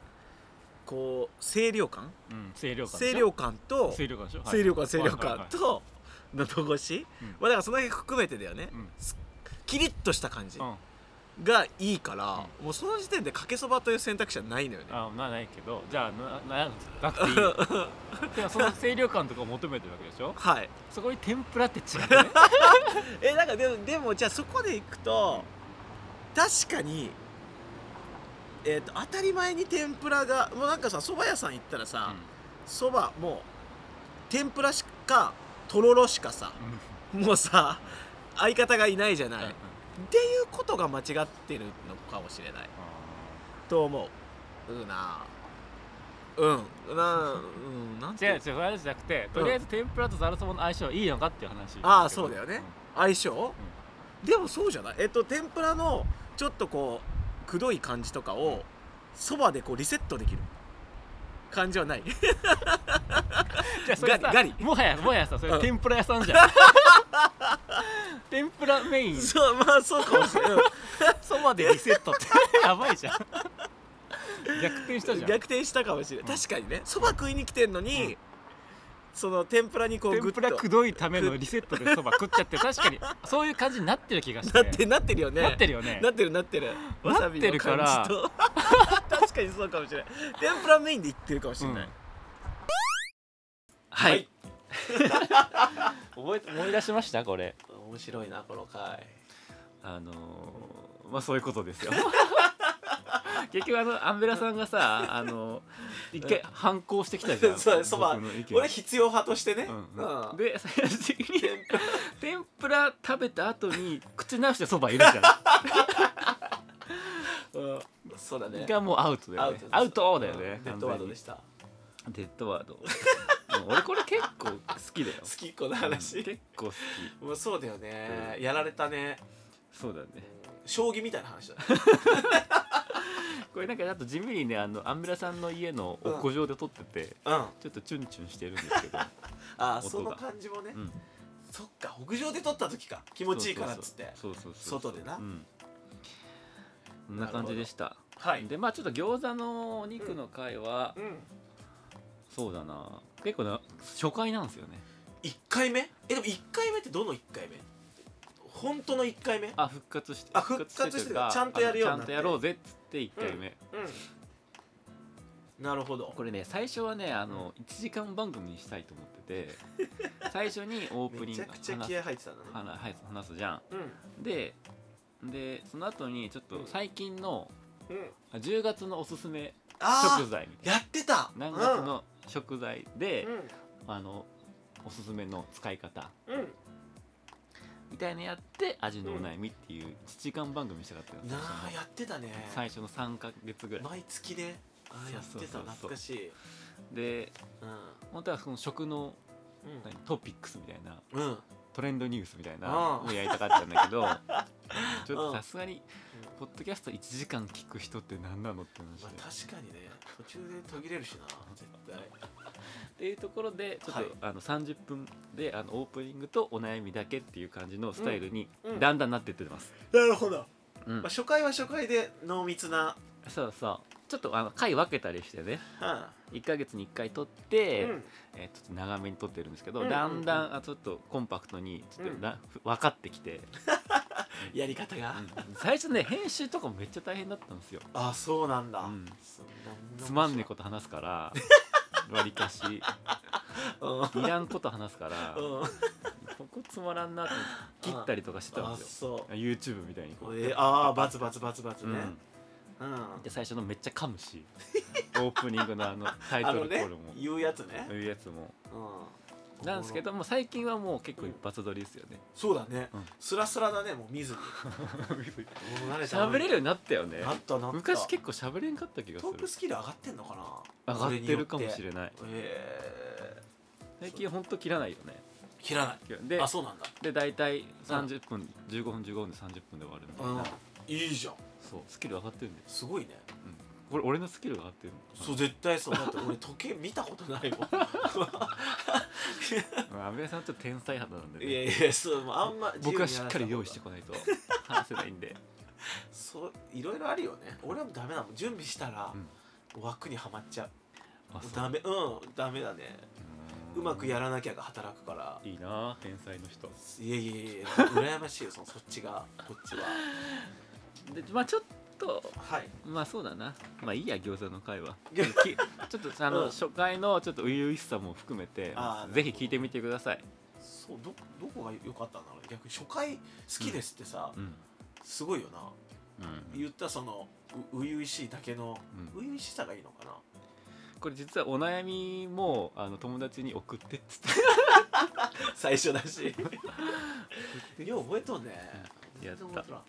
[SPEAKER 3] こう清涼感
[SPEAKER 2] うんうん清涼感でし
[SPEAKER 3] 清
[SPEAKER 2] ょ
[SPEAKER 3] 涼感と
[SPEAKER 2] 清涼感でしょ、はい
[SPEAKER 3] 清涼感清涼
[SPEAKER 2] はいはい
[SPEAKER 3] 感と喉越し、
[SPEAKER 2] うん
[SPEAKER 3] まあだからその辺含めてだよね、
[SPEAKER 2] うん
[SPEAKER 3] すキリッとした感じ
[SPEAKER 2] はいうん
[SPEAKER 3] がいいから、もうその時点でかけそばという選択肢はないのよね
[SPEAKER 2] あまあないけどじゃあなななくてい
[SPEAKER 3] [laughs]
[SPEAKER 2] いよでもその清涼感とかを求めてるわけでしょ
[SPEAKER 3] はい
[SPEAKER 2] そこに天ぷらって違ってね
[SPEAKER 3] えなんかでもでもじゃあそこでいくと確かにえっ、と当たり前に天ぷらがもうなんかさそば屋さん行ったらさそば、蕎麦もう天ぷらしかとろろしかさ
[SPEAKER 2] うんうん
[SPEAKER 3] もうさ相方がいないじゃない、
[SPEAKER 2] う
[SPEAKER 3] っ
[SPEAKER 2] んうん
[SPEAKER 3] ていうことが間違ってるのかもしれないと思ううなうんなうんなん
[SPEAKER 2] 違う違
[SPEAKER 3] て
[SPEAKER 2] うそういう話じゃなくてとりあえず天ぷらとざるそばの相性いいのかっていう話
[SPEAKER 3] ああそうだよね、相性、でもそうじゃないえっと天ぷらのちょっとこうくどい感じとかをそばでこうリセットできる感じはない
[SPEAKER 2] じゃあそれさ
[SPEAKER 3] ガリガリ
[SPEAKER 2] もはやもはやさそれ
[SPEAKER 3] うん
[SPEAKER 2] 天ぷら屋さんじ
[SPEAKER 3] [laughs]
[SPEAKER 2] ゃん天ぷらメイン
[SPEAKER 3] そうまあそうかもしれ
[SPEAKER 2] [laughs]
[SPEAKER 3] ない
[SPEAKER 2] そばでリセットって [laughs] やばいじゃん逆転した
[SPEAKER 3] うん
[SPEAKER 2] じゃん
[SPEAKER 3] 逆転したかもしれない、確かにねそば食いに来てんのに、
[SPEAKER 2] うん
[SPEAKER 3] その天ぷらにこうグ
[SPEAKER 2] 天
[SPEAKER 3] ッと
[SPEAKER 2] ぷらくどいためのリセットでそば食っちゃって確かにそういう感じになってる気がして
[SPEAKER 3] なってなってるよね
[SPEAKER 2] なってるよね
[SPEAKER 3] なってるなってる
[SPEAKER 2] な
[SPEAKER 3] わさび
[SPEAKER 2] って
[SPEAKER 3] の
[SPEAKER 2] るから
[SPEAKER 3] 感じと [laughs] 確かにそうかもしれない天ぷらメインでいってるかもしれない、
[SPEAKER 2] うん
[SPEAKER 3] はい、
[SPEAKER 2] はい [laughs] 覚えて思い出しましたこれ
[SPEAKER 3] 面白いなこの回
[SPEAKER 2] あのーまあそういうことですよ [laughs] 結局あのアンベラさんがさあのー一回反抗してきたじゃ
[SPEAKER 3] [laughs]
[SPEAKER 2] ん
[SPEAKER 3] そうそば
[SPEAKER 2] 僕の意見
[SPEAKER 3] 俺必要派としてね、
[SPEAKER 2] うん
[SPEAKER 3] うん
[SPEAKER 2] で最終的に天ぷら食べた後に口直してそばいるじゃ
[SPEAKER 3] うんそうだね
[SPEAKER 2] んがもうアウトだよね
[SPEAKER 3] です
[SPEAKER 2] アウトだよね
[SPEAKER 3] デッドワードでした好
[SPEAKER 2] 完全にデッドワードもう俺これ結構好き
[SPEAKER 3] [laughs]
[SPEAKER 2] だよ
[SPEAKER 3] きっこの話、
[SPEAKER 2] 結構好き
[SPEAKER 3] もうそうだよね、やられたね
[SPEAKER 2] そうだね [laughs]
[SPEAKER 3] 将棋みたいな話だね
[SPEAKER 2] これなんかあと地味にねあのアンミラさんの家の屋上で撮ってて、
[SPEAKER 3] うんあ
[SPEAKER 2] ちょっとチュンチュンしてるんですけど、
[SPEAKER 3] あ
[SPEAKER 2] 音
[SPEAKER 3] その
[SPEAKER 2] が
[SPEAKER 3] 感じもね、
[SPEAKER 2] うん
[SPEAKER 3] そっか屋上で撮った時か気持ちいいからっつって
[SPEAKER 2] そうそうそう
[SPEAKER 3] 外でな
[SPEAKER 2] うんこんな感じでした
[SPEAKER 3] はい
[SPEAKER 2] でまあちょっと餃子のお肉の回は、
[SPEAKER 3] うん
[SPEAKER 2] そうだな結構な初回なんですよね
[SPEAKER 3] 1回目えでも1回目ってどの1回目本当の1回目
[SPEAKER 2] あ復活して
[SPEAKER 3] あ復活
[SPEAKER 2] という
[SPEAKER 3] してるちゃんとやるよう
[SPEAKER 2] あ
[SPEAKER 3] に
[SPEAKER 2] のち
[SPEAKER 3] なっ
[SPEAKER 2] ゃ
[SPEAKER 3] て
[SPEAKER 2] んとやろうぜっつって1回目、
[SPEAKER 3] うんなるほど
[SPEAKER 2] これね最初はねあの1時間番組にしたいと思ってて最初にオープ
[SPEAKER 3] め
[SPEAKER 2] ニン
[SPEAKER 3] ち
[SPEAKER 2] グ
[SPEAKER 3] ゃくちゃ
[SPEAKER 2] 話
[SPEAKER 3] 気
[SPEAKER 2] す
[SPEAKER 3] 合入ってたんだね
[SPEAKER 2] 話はい話すじゃん
[SPEAKER 3] うん
[SPEAKER 2] ででその後にちょっと最近の
[SPEAKER 3] うん
[SPEAKER 2] あ10月のおすすめ食
[SPEAKER 3] あ
[SPEAKER 2] 材みた
[SPEAKER 3] あやってた
[SPEAKER 2] いな何月の食材で
[SPEAKER 3] うん、うん
[SPEAKER 2] あのおすすめの使い方
[SPEAKER 3] うん
[SPEAKER 2] みたいなやって味のお悩みっていう1時間番組にしたかったんです
[SPEAKER 3] な
[SPEAKER 2] よ
[SPEAKER 3] あやってたね
[SPEAKER 2] 最初の3か月ぐらい
[SPEAKER 3] 毎月ねああやってた
[SPEAKER 2] そうそうそうそう
[SPEAKER 3] 懐かしい
[SPEAKER 2] で
[SPEAKER 3] うん
[SPEAKER 2] 本当はその食の
[SPEAKER 3] うん
[SPEAKER 2] 何トピックスみたいな
[SPEAKER 3] うんうん
[SPEAKER 2] トレンドニュースみたいな
[SPEAKER 3] うん
[SPEAKER 2] のをやりたかったんだ
[SPEAKER 3] [laughs]
[SPEAKER 2] けどちょっ
[SPEAKER 3] う
[SPEAKER 2] と
[SPEAKER 3] ん
[SPEAKER 2] さすがにポッドキャスト1時間聞く人って何なのって話
[SPEAKER 3] まあ
[SPEAKER 2] で、
[SPEAKER 3] 確かにね途中で途切れるしな絶対
[SPEAKER 2] っていうところでちょっと、
[SPEAKER 3] はい
[SPEAKER 2] あの30分であのオープニングとお悩みだけっていう感じのスタイルに
[SPEAKER 3] うんうん
[SPEAKER 2] だんだんなってってます、
[SPEAKER 3] なるほど
[SPEAKER 2] うん
[SPEAKER 3] まあ初回は初回で濃密な
[SPEAKER 2] そうそうちょっとあの回分けたりしてね
[SPEAKER 3] うん
[SPEAKER 2] 1ヶ月に1回撮って、
[SPEAKER 3] うん
[SPEAKER 2] えーちょっと長めに撮ってるんですけど、
[SPEAKER 3] うんうんうん
[SPEAKER 2] だんだんあちょっとコンパクトにちょっとな、分かって
[SPEAKER 3] [laughs]
[SPEAKER 2] きて、
[SPEAKER 3] やり方が
[SPEAKER 2] うん最初ね編集とかもめっちゃ大変だったんですよ
[SPEAKER 3] あそうなんだ
[SPEAKER 2] うん
[SPEAKER 3] そんなも
[SPEAKER 2] つまんねえこと話すから
[SPEAKER 3] [laughs]
[SPEAKER 2] わりかし
[SPEAKER 3] うん
[SPEAKER 2] いらんこと話すから、
[SPEAKER 3] うん
[SPEAKER 2] ここつまらんなって切ったりとかしてたん
[SPEAKER 3] あ
[SPEAKER 2] ですよ
[SPEAKER 3] そう
[SPEAKER 2] YouTube みたいにこう
[SPEAKER 3] えーああバツバツバツバツ
[SPEAKER 2] う
[SPEAKER 3] ね
[SPEAKER 2] ん
[SPEAKER 3] うん
[SPEAKER 2] で最初のめっちゃ噛むし [laughs] オープニングのあのタイ
[SPEAKER 3] あ
[SPEAKER 2] ト
[SPEAKER 3] の
[SPEAKER 2] ルコ
[SPEAKER 3] ね
[SPEAKER 2] ールも、
[SPEAKER 3] 言うやつね
[SPEAKER 2] いうやつも
[SPEAKER 3] うん
[SPEAKER 2] なんですけどもう最近はもう結構一発撮りですよね
[SPEAKER 3] そうだね
[SPEAKER 2] うん
[SPEAKER 3] スラスラだねもう見
[SPEAKER 2] [laughs]
[SPEAKER 3] ずにもう慣れた
[SPEAKER 2] 喋れるようになったよね
[SPEAKER 3] なったなった
[SPEAKER 2] 昔結構喋れんかった気がす
[SPEAKER 3] ト
[SPEAKER 2] る
[SPEAKER 3] ークスキル上がってんのかな
[SPEAKER 2] 上がってるかもし
[SPEAKER 3] ない
[SPEAKER 2] れない
[SPEAKER 3] え
[SPEAKER 2] 最近ほんと切らないよね
[SPEAKER 3] ー切らない
[SPEAKER 2] で
[SPEAKER 3] あそうなんだ
[SPEAKER 2] で大体30分、15分15分で30分で終わるみたいな、
[SPEAKER 3] いいじゃん
[SPEAKER 2] そうスキル上がってるんです
[SPEAKER 3] すごいね
[SPEAKER 2] これ俺のスキル上がってるの
[SPEAKER 3] そう絶対そうだって俺時計見たことない
[SPEAKER 2] [laughs]
[SPEAKER 3] もん
[SPEAKER 2] 阿部さんちょっと天才肌なんで、ね、
[SPEAKER 3] いやいやそうもうあんま
[SPEAKER 2] 僕はしっかり用意しててこないと話せないんで
[SPEAKER 3] そういろいろあるよね俺はダメだもん準備したら枠にはまっちゃう
[SPEAKER 2] あそう
[SPEAKER 3] ダメうんダメだねうまくやらなきゃが働くから
[SPEAKER 2] いいな天才の人
[SPEAKER 3] いやいやいやいや羨ましいよそのそっちがこっちは
[SPEAKER 2] でまあちょっと
[SPEAKER 3] はい
[SPEAKER 2] まあそうだなまあいいや餃子の会は
[SPEAKER 3] 餃
[SPEAKER 2] きちょっとあの、
[SPEAKER 3] うん
[SPEAKER 2] 初回のちょっと初々しさも含めて
[SPEAKER 3] あー
[SPEAKER 2] ぜひ聞いてみてください、
[SPEAKER 3] そうどどこが良かったんだろうね逆に初回好きですってさ、
[SPEAKER 2] うん
[SPEAKER 3] すごいよな
[SPEAKER 2] うん
[SPEAKER 3] 言ったそのう初々しいだけの
[SPEAKER 2] うん
[SPEAKER 3] 初々しさがいいのかな [laughs]
[SPEAKER 2] これ実はお悩みもあの友達に送ってっつって [laughs]
[SPEAKER 3] 最初だしよう覚えとんね
[SPEAKER 2] やった
[SPEAKER 3] 全然覚えとらん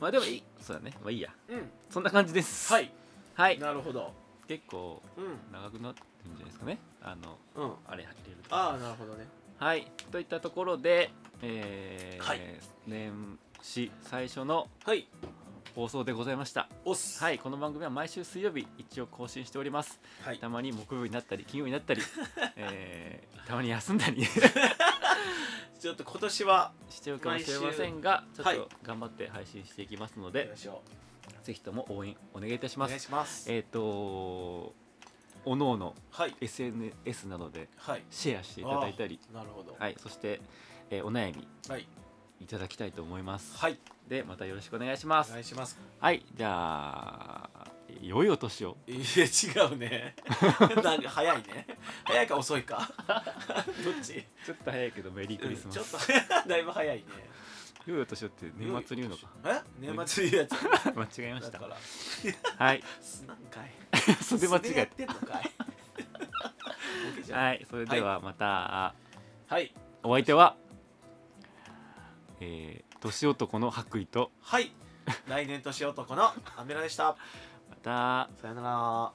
[SPEAKER 2] まあでもいいそうだねまあいいや
[SPEAKER 3] うん
[SPEAKER 2] そんな感じです
[SPEAKER 3] はい
[SPEAKER 2] はい
[SPEAKER 3] なるほど
[SPEAKER 2] 結構
[SPEAKER 3] うん
[SPEAKER 2] 長くなってるんじゃないですかねあの
[SPEAKER 3] うん
[SPEAKER 2] あれ入れると
[SPEAKER 3] ああなるほどね
[SPEAKER 2] はいといったところでえー
[SPEAKER 3] はい
[SPEAKER 2] 年始最初の
[SPEAKER 3] はい
[SPEAKER 2] 放送でございました
[SPEAKER 3] おっす、
[SPEAKER 2] はいいこの番組は毎週水曜日一応更新しております
[SPEAKER 3] はい
[SPEAKER 2] たまに木曜日になったり金曜日に
[SPEAKER 3] [laughs]
[SPEAKER 2] なったり、えーたまに休んだり
[SPEAKER 3] ちょっと今年は
[SPEAKER 2] しちゃうかもしれませんがちょっ
[SPEAKER 3] はい
[SPEAKER 2] と頑張って配信していきますの
[SPEAKER 3] お
[SPEAKER 2] で
[SPEAKER 3] 願い、しよ
[SPEAKER 2] ぜひとも応援お願いいたし
[SPEAKER 3] うお
[SPEAKER 2] ま
[SPEAKER 3] 願い
[SPEAKER 2] す
[SPEAKER 3] します
[SPEAKER 2] えっ、とおのおの
[SPEAKER 3] はい
[SPEAKER 2] SNS などで
[SPEAKER 3] はい
[SPEAKER 2] シェアしていただいたり
[SPEAKER 3] あーなるほど
[SPEAKER 2] はいそして、えーお悩み
[SPEAKER 3] はい、
[SPEAKER 2] いただきたいと思います、
[SPEAKER 3] はい、
[SPEAKER 2] でまたよろしくお願いしま
[SPEAKER 3] お
[SPEAKER 2] す
[SPEAKER 3] 願いします
[SPEAKER 2] はいじゃあ良いお年を
[SPEAKER 3] いや違うねなんか早いね早いか遅いかどっち
[SPEAKER 2] ちょっと早いけどメリークリスマ
[SPEAKER 3] ちょっ
[SPEAKER 2] ス、
[SPEAKER 3] と [laughs] だいぶ早いね
[SPEAKER 2] 良いお年をって年末に言うのか
[SPEAKER 3] え年末に言うやつ
[SPEAKER 2] 間違えまし
[SPEAKER 3] だ
[SPEAKER 2] た
[SPEAKER 3] から [laughs]
[SPEAKER 2] はい
[SPEAKER 3] すなんかい
[SPEAKER 2] それで間違
[SPEAKER 3] 素でやっ
[SPEAKER 2] え
[SPEAKER 3] てんのかいボケじ
[SPEAKER 2] た
[SPEAKER 3] ゃん
[SPEAKER 2] はいそれではまた、
[SPEAKER 3] はい
[SPEAKER 2] お相手はえー、年男の白衣と
[SPEAKER 3] はい来年年男のアメラでした
[SPEAKER 2] また
[SPEAKER 3] さよなら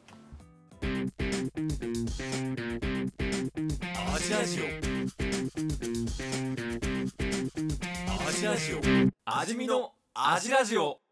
[SPEAKER 5] アジラジオアジラジオ味見のアジラジオ